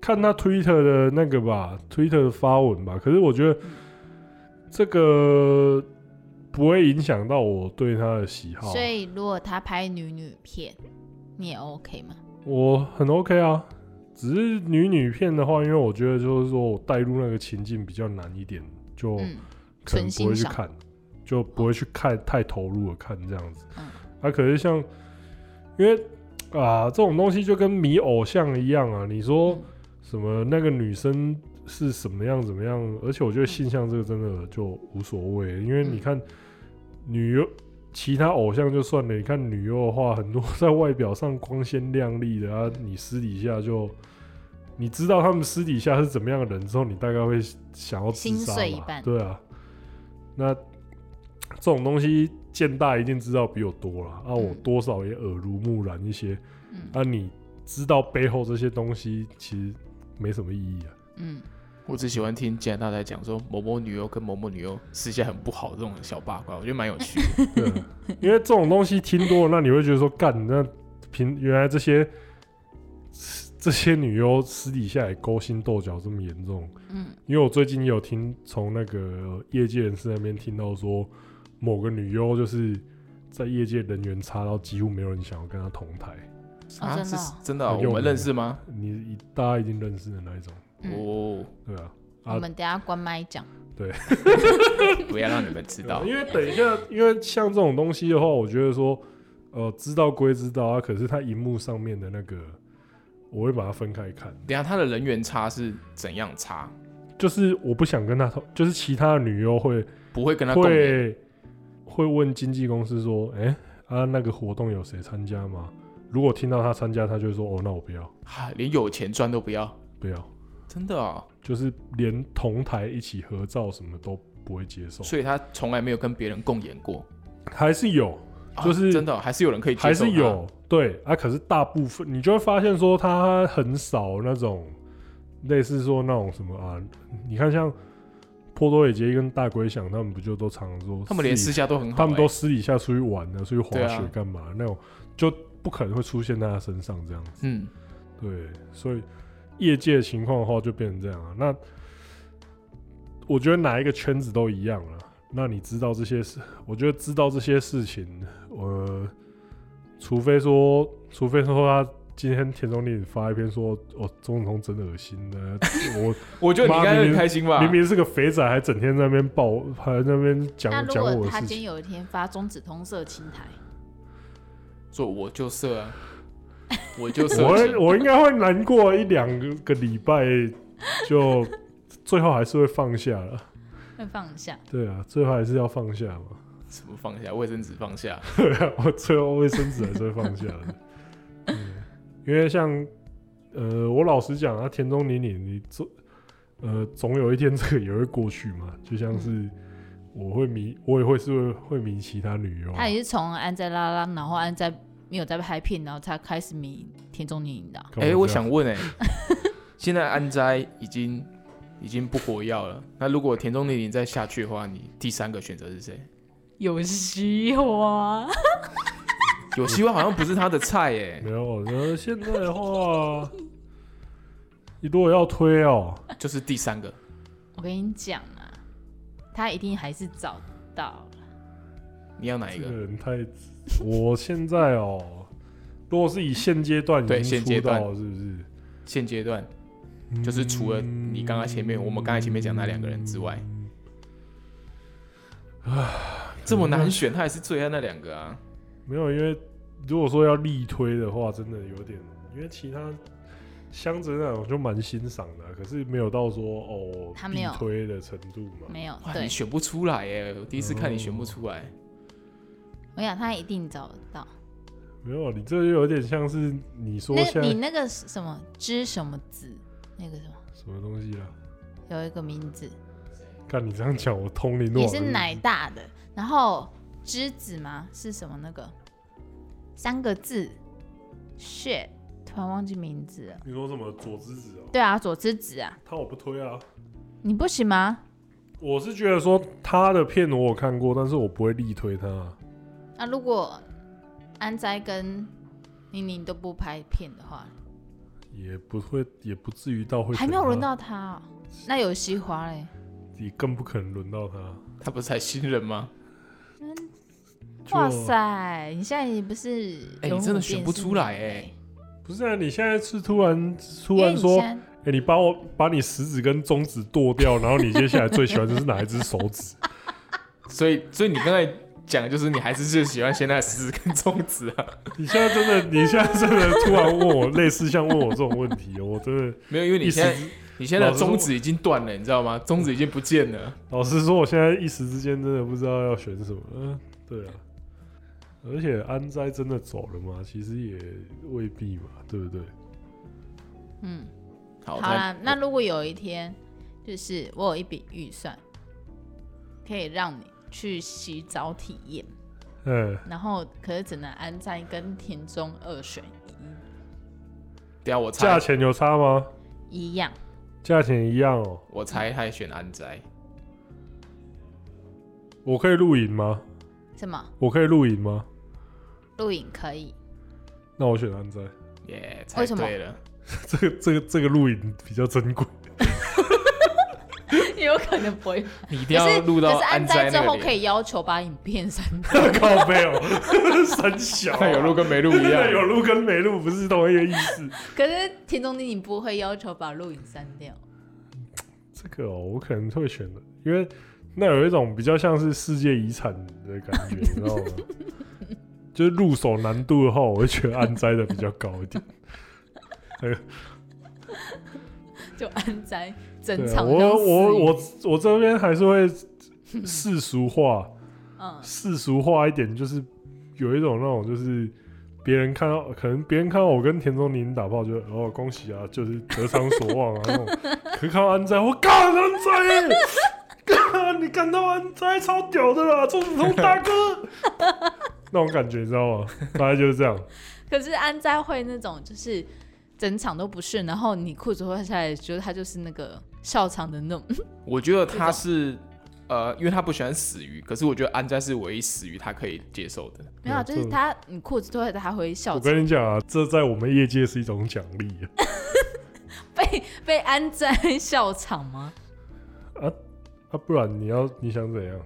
[SPEAKER 1] 看他 Twitter 的那个吧，Twitter 的发文吧。可是我觉得
[SPEAKER 3] 嗯
[SPEAKER 1] 这个不会影响到我对他的喜好啊，
[SPEAKER 3] 所以如果他拍女女片，你也 OK 吗？
[SPEAKER 1] 我很 OK 啊。只是女女片的话，因为我觉得就是说我带入那个情境比较难一点，就
[SPEAKER 3] 嗯，
[SPEAKER 1] 可能
[SPEAKER 3] 纯
[SPEAKER 1] 不会
[SPEAKER 3] 欣
[SPEAKER 1] 去
[SPEAKER 3] 赏
[SPEAKER 1] 看，就不会去看太投入的看这样子。
[SPEAKER 3] 嗯
[SPEAKER 1] 啊，可是像因为啊这种东西就跟迷偶像一样啊，你说。
[SPEAKER 3] 嗯
[SPEAKER 1] 什么那个女生是什么样怎么样，而且我觉得性向这个真的就无所谓，因为你看女优其他偶像就算了，你看女优的话，很多在外表上光鲜亮丽的啊，你私底下就你知道他们私底下是怎么样的人之后，你大概会想要自
[SPEAKER 3] 心
[SPEAKER 1] 杀
[SPEAKER 3] 碎一
[SPEAKER 1] 嘛，
[SPEAKER 3] 半
[SPEAKER 1] 对啊，那这种东西。见大一定知道比我多了啊，我
[SPEAKER 3] 嗯
[SPEAKER 1] 多少也耳濡目染一些，
[SPEAKER 3] 嗯
[SPEAKER 1] 啊，你知道背后这些东西其实没什么意义啊。
[SPEAKER 3] 嗯，
[SPEAKER 2] 我只喜欢听加拿大在讲说某某女优跟某某女优私下很不好这种小八卦，我觉得蛮有趣的。
[SPEAKER 1] 对啊，因为这种东西听多了，那你会觉得说，干，那平原来这些 这些女优私底下也勾心斗角这么严重。
[SPEAKER 3] 嗯，
[SPEAKER 1] 因为我最近也有听从那个业界人士那边听到说，某个女优就是在业界人缘差到几乎没有人想要跟她同台，
[SPEAKER 3] 哦真
[SPEAKER 2] 是
[SPEAKER 3] 的哦
[SPEAKER 2] 真的哦、
[SPEAKER 1] 很有
[SPEAKER 2] 我们
[SPEAKER 1] 名
[SPEAKER 2] 认识吗？
[SPEAKER 1] 你一大家一定认识的那一种，
[SPEAKER 3] 嗯
[SPEAKER 2] 哦，
[SPEAKER 1] 对啊。啊
[SPEAKER 3] 我们等一下关麦讲。
[SPEAKER 2] 不要让你们知道
[SPEAKER 1] 对。因为等一下，因为像这种东西的话，我觉得说，呃，知道归知道啊，可是它荧幕上面的那个，我会把它分开看，
[SPEAKER 2] 等一下他的人员差是怎样差？
[SPEAKER 1] 就是我不想跟他同，就是其他的女优会
[SPEAKER 2] 不会跟他共鸣。
[SPEAKER 1] 会会问经纪公司说，哎、啊那个活动有谁参加吗？如果听到他参加，他就会说，哦，那我不要，
[SPEAKER 2] 哈，啊连有钱赚都不要，
[SPEAKER 1] 不要，
[SPEAKER 2] 真的哦。
[SPEAKER 1] 就是连同台一起合照什么都不会接受，
[SPEAKER 2] 所以他从来没有跟别人共演过，
[SPEAKER 1] 还是有，
[SPEAKER 2] 啊
[SPEAKER 1] 就是
[SPEAKER 2] 真的哦还是有人可以接
[SPEAKER 1] 还
[SPEAKER 2] 受，
[SPEAKER 1] 是，有对啊，可是大部分你就会发现说，他很少那种类似说那种什么啊，你看像波多野结衣跟大龟响，他们不就都常说
[SPEAKER 2] 他们连
[SPEAKER 1] 私
[SPEAKER 2] 私
[SPEAKER 1] 底
[SPEAKER 2] 下都很好欸，
[SPEAKER 1] 他们都私底下出去玩的，出去滑
[SPEAKER 2] 对
[SPEAKER 1] 雪
[SPEAKER 2] 啊
[SPEAKER 1] 干嘛、那种，就不可能会出现在他身上这样子。
[SPEAKER 2] 嗯，
[SPEAKER 1] 对，所以业界情况的话就变成这样啊。那我觉得哪一个圈子都一样了。那你知道这些事，我觉得知道这些事情，呃，除非说，除非说他今天田中丽发一篇说，哦，钟总真恶心的，我
[SPEAKER 2] 我觉得你应
[SPEAKER 1] 妈
[SPEAKER 2] 该
[SPEAKER 1] 明
[SPEAKER 2] 很
[SPEAKER 1] 明
[SPEAKER 2] 开心吧？
[SPEAKER 1] 明明是个肥仔，还整天在那边抱，还在那边讲
[SPEAKER 3] 那如
[SPEAKER 1] 讲我
[SPEAKER 3] 果
[SPEAKER 1] 的
[SPEAKER 3] 他
[SPEAKER 1] 事
[SPEAKER 3] 今天
[SPEAKER 1] 情，
[SPEAKER 3] 有一天发中指通色青苔，
[SPEAKER 2] 做我就色啊，我就色
[SPEAKER 1] 我会
[SPEAKER 2] 情，
[SPEAKER 1] 我应该会难过一两个个礼拜，就 最后还是会放下了。
[SPEAKER 3] 会放下？
[SPEAKER 1] 对啊，最后还是要放下嘛。
[SPEAKER 2] 什么放下卫生纸放下，
[SPEAKER 1] 对啊，我最后卫生纸还是会放下的。 嗯，因为像呃，我老实讲啊，田中玲玲，你总呃总有一天这个也会过去嘛。就像
[SPEAKER 3] 嗯
[SPEAKER 1] 是我会迷，我也会是会会迷其他女
[SPEAKER 2] 哦
[SPEAKER 1] 优啊、
[SPEAKER 3] 他也是从安在拉拉，然后安在没有在拍片，然后才开始迷田中妮妮的啊。
[SPEAKER 1] 干嘛这
[SPEAKER 2] 哎、
[SPEAKER 1] 样
[SPEAKER 2] 我想问哎、现在安斋已经已经不活药了，那如果田中丽玲再下去的话，你第三个选择是谁？
[SPEAKER 3] 有希望。
[SPEAKER 2] 有希望好像不是他的菜哎、
[SPEAKER 1] 没有，我觉得现在的话，你如果要推哦、
[SPEAKER 2] 就是第三个，
[SPEAKER 3] 我跟你讲啊，他一定还是找到了。
[SPEAKER 2] 你要哪一
[SPEAKER 1] 这
[SPEAKER 2] 个
[SPEAKER 1] 个？人太，我现在哦、如果是以现阶段已
[SPEAKER 2] 对
[SPEAKER 1] 经
[SPEAKER 2] 现阶
[SPEAKER 1] 出
[SPEAKER 2] 段
[SPEAKER 1] 道了，是不是？
[SPEAKER 2] 现阶段就是除了你刚刚前面我们刚才前面讲那两个人之外，这么难选，他还是最爱那两个啊。
[SPEAKER 1] 没有，因为如果说要力推的话，真的有点，因为其他箱子那种就蛮欣赏的啊、可是没有到说哦
[SPEAKER 3] 他没
[SPEAKER 1] 必
[SPEAKER 3] 有
[SPEAKER 1] 推的程度嘛。
[SPEAKER 3] 没有，
[SPEAKER 2] 哇，
[SPEAKER 3] 对
[SPEAKER 2] 你选不出来耶！我第一次看你选不出来，
[SPEAKER 3] 我想他一定找得到。
[SPEAKER 1] 没有，啊你这就有点像是你说
[SPEAKER 3] 那
[SPEAKER 1] 现在
[SPEAKER 3] 你那个什么知什么子，那个什么
[SPEAKER 1] 什么东西啊？
[SPEAKER 3] 有一个名字，
[SPEAKER 1] 看你这样讲，我通灵
[SPEAKER 3] 也
[SPEAKER 1] 诺
[SPEAKER 3] 是
[SPEAKER 2] 嗯
[SPEAKER 3] 奶大的，然后栀子吗？是什么那个三个字？shit，突然忘记名字了。
[SPEAKER 1] 你说什么左之子哦？
[SPEAKER 3] 对啊，左之子啊，
[SPEAKER 1] 他我不推啊。
[SPEAKER 3] 你不行吗？
[SPEAKER 1] 我是觉得说他的片我有看过，但是我不会力推他啊。
[SPEAKER 3] 那、如果安斋跟宁宁都不拍片的话，
[SPEAKER 1] 也不会，也不至于到会
[SPEAKER 3] 还
[SPEAKER 1] 选
[SPEAKER 3] 没有
[SPEAKER 1] 他
[SPEAKER 3] 轮，到他哦、那有西华嘞？
[SPEAKER 1] 也更不可能轮到他。
[SPEAKER 2] 他不是才新人吗？
[SPEAKER 1] 就
[SPEAKER 3] 哇，塞，你现在也不是
[SPEAKER 2] 哎
[SPEAKER 3] 永
[SPEAKER 2] 你真的
[SPEAKER 3] 远
[SPEAKER 2] 选
[SPEAKER 3] 变
[SPEAKER 2] 不
[SPEAKER 3] 是
[SPEAKER 2] 出
[SPEAKER 3] 你
[SPEAKER 2] 来哎
[SPEAKER 3] 嘞
[SPEAKER 1] 不是啊！你现在是突然突
[SPEAKER 3] 因为
[SPEAKER 1] 然
[SPEAKER 3] 你
[SPEAKER 1] 说，哎、
[SPEAKER 3] 现在
[SPEAKER 1] 你把我把你食指跟中指剁掉，然后你接下来最喜欢的是哪一只手指？
[SPEAKER 2] 所以，所以你刚才讲的就是你还是最喜欢现在十跟粽子啊？
[SPEAKER 1] 你现在真的，你现在真的突然问我类似像问我这种问题，哦我真的
[SPEAKER 2] 没有，因为
[SPEAKER 1] 一
[SPEAKER 2] 你
[SPEAKER 1] 时
[SPEAKER 2] 现在你现在
[SPEAKER 1] 老
[SPEAKER 2] 的
[SPEAKER 1] 实说
[SPEAKER 2] 中指已经断了，你知道吗？中指已经不见了。
[SPEAKER 1] 老实说，我现在一时之间真的不知道要选什么。嗯、对啊，而且安斋真的走了吗？其实也未必嘛，对不对？
[SPEAKER 3] 嗯，
[SPEAKER 2] 好
[SPEAKER 3] 好啦，那如果有一天，就是我有一笔预算，可以让你去洗澡体验，
[SPEAKER 1] 嗯，
[SPEAKER 3] 然后可是只能安在跟田中二选
[SPEAKER 2] 等下我
[SPEAKER 1] 价
[SPEAKER 2] 猜，
[SPEAKER 1] 钱有差吗？
[SPEAKER 3] 一一样，
[SPEAKER 1] 价钱一样哦。
[SPEAKER 2] 我猜他也选安宅。
[SPEAKER 1] 我可以露营吗？
[SPEAKER 3] 什么
[SPEAKER 1] 我可以露营吗？
[SPEAKER 3] 录影可以？
[SPEAKER 1] 那我选安斋，
[SPEAKER 2] 耶、猜
[SPEAKER 3] 为什么
[SPEAKER 2] 对 了，
[SPEAKER 1] 这个这个这个露营比较珍贵。
[SPEAKER 3] 有可能不会，
[SPEAKER 2] 你一定
[SPEAKER 3] 可
[SPEAKER 2] 要
[SPEAKER 3] 是
[SPEAKER 2] 录到
[SPEAKER 3] 可是安
[SPEAKER 2] 宅
[SPEAKER 3] 在最
[SPEAKER 2] 那
[SPEAKER 3] 后
[SPEAKER 2] 个
[SPEAKER 3] 可
[SPEAKER 2] 脸。
[SPEAKER 3] 以要求把影片删 掉。
[SPEAKER 1] 靠背哦，三小、
[SPEAKER 2] 看有录跟没录一
[SPEAKER 1] 真
[SPEAKER 2] 样
[SPEAKER 1] 的。 有录跟没录不是同一个意思。
[SPEAKER 3] 可是田中你不会要求把录影删掉，
[SPEAKER 1] 这个哦，我可能会选的，因为那有一种比较像是世界遗产的感觉，你知道吗？就是入手难度的话，我会觉得安摘的比较高一点。
[SPEAKER 3] 就安在整
[SPEAKER 1] 对啊，
[SPEAKER 3] 场
[SPEAKER 1] 我
[SPEAKER 3] 像
[SPEAKER 1] 我
[SPEAKER 3] 死鱼
[SPEAKER 1] 我我这边还是会世俗化。
[SPEAKER 3] 嗯
[SPEAKER 1] 世俗化一点，就是有一种那种就是别人看到，可能别人看到我跟田中宁打炮就，哦恭喜啊，就是得偿所望啊那种。可是看到安斋，我干安斋耶，干你看到安斋超屌的啦，钟子通大哥，那种感觉你知道吗？大概就是这样。
[SPEAKER 3] 可是安在会那种就是整场都不是，然后你裤子脱下来，觉得他就是那个笑场的那种。
[SPEAKER 2] 我觉得他是呃，因为他不喜欢死鱼，可是我觉得安斋是唯一死鱼他可以接受的。
[SPEAKER 3] 没有啊，就是他你裤子脱下来他会笑
[SPEAKER 1] 我
[SPEAKER 3] 场，
[SPEAKER 1] 跟你讲啊，这在我们业界是一种奖励啊。
[SPEAKER 3] 被被安在笑场吗？
[SPEAKER 1] 啊，不然你要你想怎样？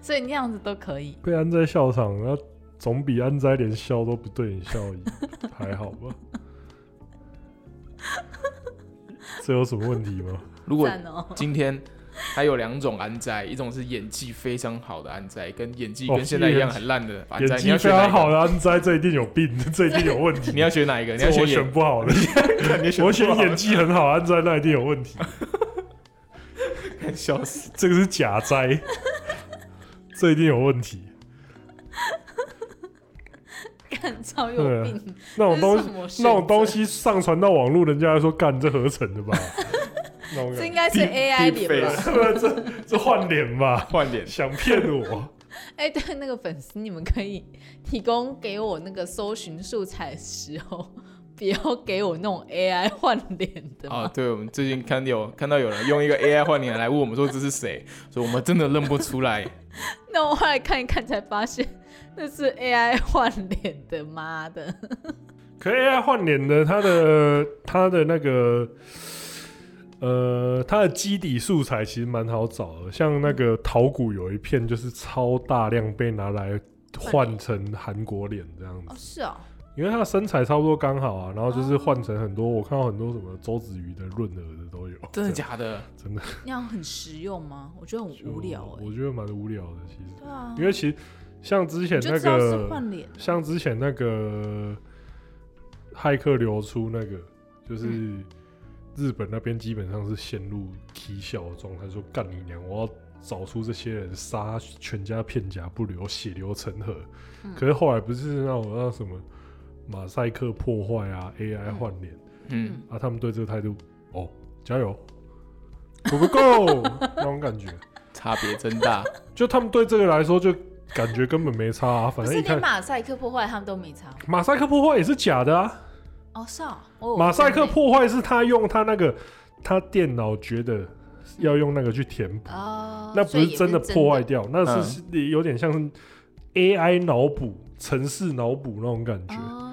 [SPEAKER 3] 所以那样子都可以。
[SPEAKER 1] 被安在笑场，那总比安在连笑都不对你笑 一还好吧？这有什么问题吗？
[SPEAKER 2] 如果
[SPEAKER 3] 赞哦，
[SPEAKER 2] 今天还有两种安斋，一种是演技非常好的安斋，跟演技
[SPEAKER 1] 哦
[SPEAKER 2] 跟现在一样很烂的安
[SPEAKER 1] 演
[SPEAKER 2] 斋，你
[SPEAKER 1] 技
[SPEAKER 2] 要
[SPEAKER 1] 非
[SPEAKER 2] 选哪
[SPEAKER 1] 常
[SPEAKER 2] 一
[SPEAKER 1] 好
[SPEAKER 2] 个？
[SPEAKER 1] 的安在，这一定有病，这一定有问题。
[SPEAKER 2] 你要选哪一个？你要
[SPEAKER 1] 这
[SPEAKER 2] 选
[SPEAKER 1] 我
[SPEAKER 2] 演
[SPEAKER 1] 选不好的，
[SPEAKER 2] 你选
[SPEAKER 1] 我
[SPEAKER 2] 不
[SPEAKER 1] 选
[SPEAKER 2] 好
[SPEAKER 1] 演技很好，安在那一定有问题。
[SPEAKER 2] 看笑死。
[SPEAKER 1] 这个是假灾，这一定有问题。
[SPEAKER 3] 看超有病，
[SPEAKER 1] 那种东西，
[SPEAKER 3] 西
[SPEAKER 1] 那种东，西上传到网络，人家还说干这合成的 吧？那种感
[SPEAKER 3] 这
[SPEAKER 1] 觉
[SPEAKER 3] 应该是
[SPEAKER 2] Deep-
[SPEAKER 3] AI
[SPEAKER 2] deep
[SPEAKER 3] 脸吧？
[SPEAKER 1] 这这换脸吧？
[SPEAKER 2] 换脸，
[SPEAKER 1] 想骗我？
[SPEAKER 3] 哎，对，那个粉丝你们可以提供给我那个搜寻素材的时候，不要给我那种 AI 换脸的
[SPEAKER 2] 啊，
[SPEAKER 3] 嘛。
[SPEAKER 2] 对，我们最近看有看到有人用一个 AI 换脸来问我们说这是谁，所以我们真的认不出来。
[SPEAKER 3] 那我后来看一看才发现，那是 AI 换脸的，妈的！
[SPEAKER 1] 可 AI 换脸的，它的它的那个呃，它的基底素材其实蛮好找的，像那个桃谷有一片就是超大量被拿来换成韩国脸这样
[SPEAKER 3] 哦，
[SPEAKER 1] 子，
[SPEAKER 3] 是哦，
[SPEAKER 1] 因为它的身材差不多刚好啊，然后就是换成很多，我看到很多什么周子瑜的润儿的都有，
[SPEAKER 2] 真的假的？
[SPEAKER 1] 真的
[SPEAKER 3] 那样很实用吗？我觉得很
[SPEAKER 1] 就
[SPEAKER 3] 无聊哎、
[SPEAKER 1] 我觉得蛮无聊的其实，
[SPEAKER 3] 对啊，
[SPEAKER 1] 因为其实像之前
[SPEAKER 3] 你就
[SPEAKER 1] 那
[SPEAKER 3] 知道是
[SPEAKER 1] 个，
[SPEAKER 3] 换脸了。
[SPEAKER 1] 像之前那个骇客流出那个，就是
[SPEAKER 3] 嗯
[SPEAKER 1] 日本那边基本上是陷入啼笑的状态，说干你娘，我要找出这些人，杀全家片甲不留，血流成河。
[SPEAKER 3] 嗯
[SPEAKER 1] 可是后来不是让我让什么马赛克破坏啊，AI 换脸、
[SPEAKER 2] 嗯，
[SPEAKER 1] 啊，他们对这个态度，哦，加油，我们 go 那种感觉，
[SPEAKER 2] 差别真大。
[SPEAKER 1] 就他们对这个来说就感觉根本没差、啊，
[SPEAKER 3] 不
[SPEAKER 1] 反正
[SPEAKER 3] 是
[SPEAKER 1] 一看
[SPEAKER 3] 连马赛克破坏他们都没差
[SPEAKER 1] 马赛克破坏也是假的啊。
[SPEAKER 3] 哦，是啊，哦
[SPEAKER 1] 马赛克破坏是他用他那个他电脑觉得要用那个去填补，
[SPEAKER 3] 哦，
[SPEAKER 1] 那不
[SPEAKER 3] 所以也
[SPEAKER 1] 真的破坏掉，那是有点像是 AI 脑补、城市脑补那种感觉
[SPEAKER 3] 真的哦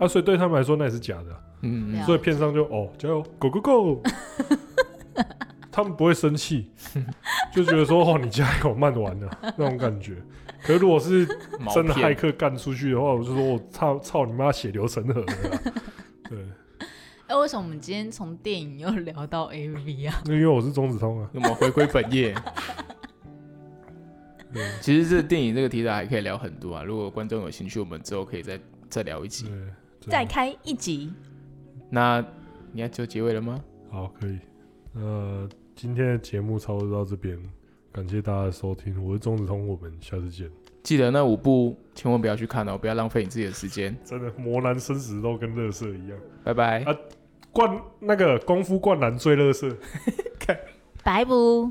[SPEAKER 1] 啊，所以对他们来说那也是假的啊、
[SPEAKER 2] 嗯，
[SPEAKER 3] 了
[SPEAKER 2] 嗯
[SPEAKER 3] 解
[SPEAKER 1] 所以片商就哦加油，Go Go Go，他们不会生 气，就觉得说哦你加油慢完了那种感觉。可是如果是
[SPEAKER 2] 嗯毛
[SPEAKER 1] 真的骇
[SPEAKER 2] 片
[SPEAKER 1] 客干出去的话，我就说我操操你妈血流成河了啦，对。
[SPEAKER 3] 哎，为什么我们今天从电影又聊到 AV 啊？
[SPEAKER 1] 因为我是中子通啊，
[SPEAKER 2] 那么回归本业，嗯
[SPEAKER 1] 对
[SPEAKER 2] 其实这电影这个题材还可以聊很多啊。如果观众有兴趣，我们之后可以再再聊一
[SPEAKER 1] 对
[SPEAKER 2] 集。，
[SPEAKER 1] 真的
[SPEAKER 3] 再开一集，
[SPEAKER 2] 那你要就结尾了吗？
[SPEAKER 1] 好可以。呃，今天的节目差不多到这边，感谢大家的收听，我是中子通，我们下次见。
[SPEAKER 2] 记得那五部千万不要去看哦，不要浪费你自己的时间。
[SPEAKER 1] 真的磨难生死斗跟乐色一样，
[SPEAKER 2] 拜拜。
[SPEAKER 1] 灌那个功夫灌篮最乐色。
[SPEAKER 3] 拜不。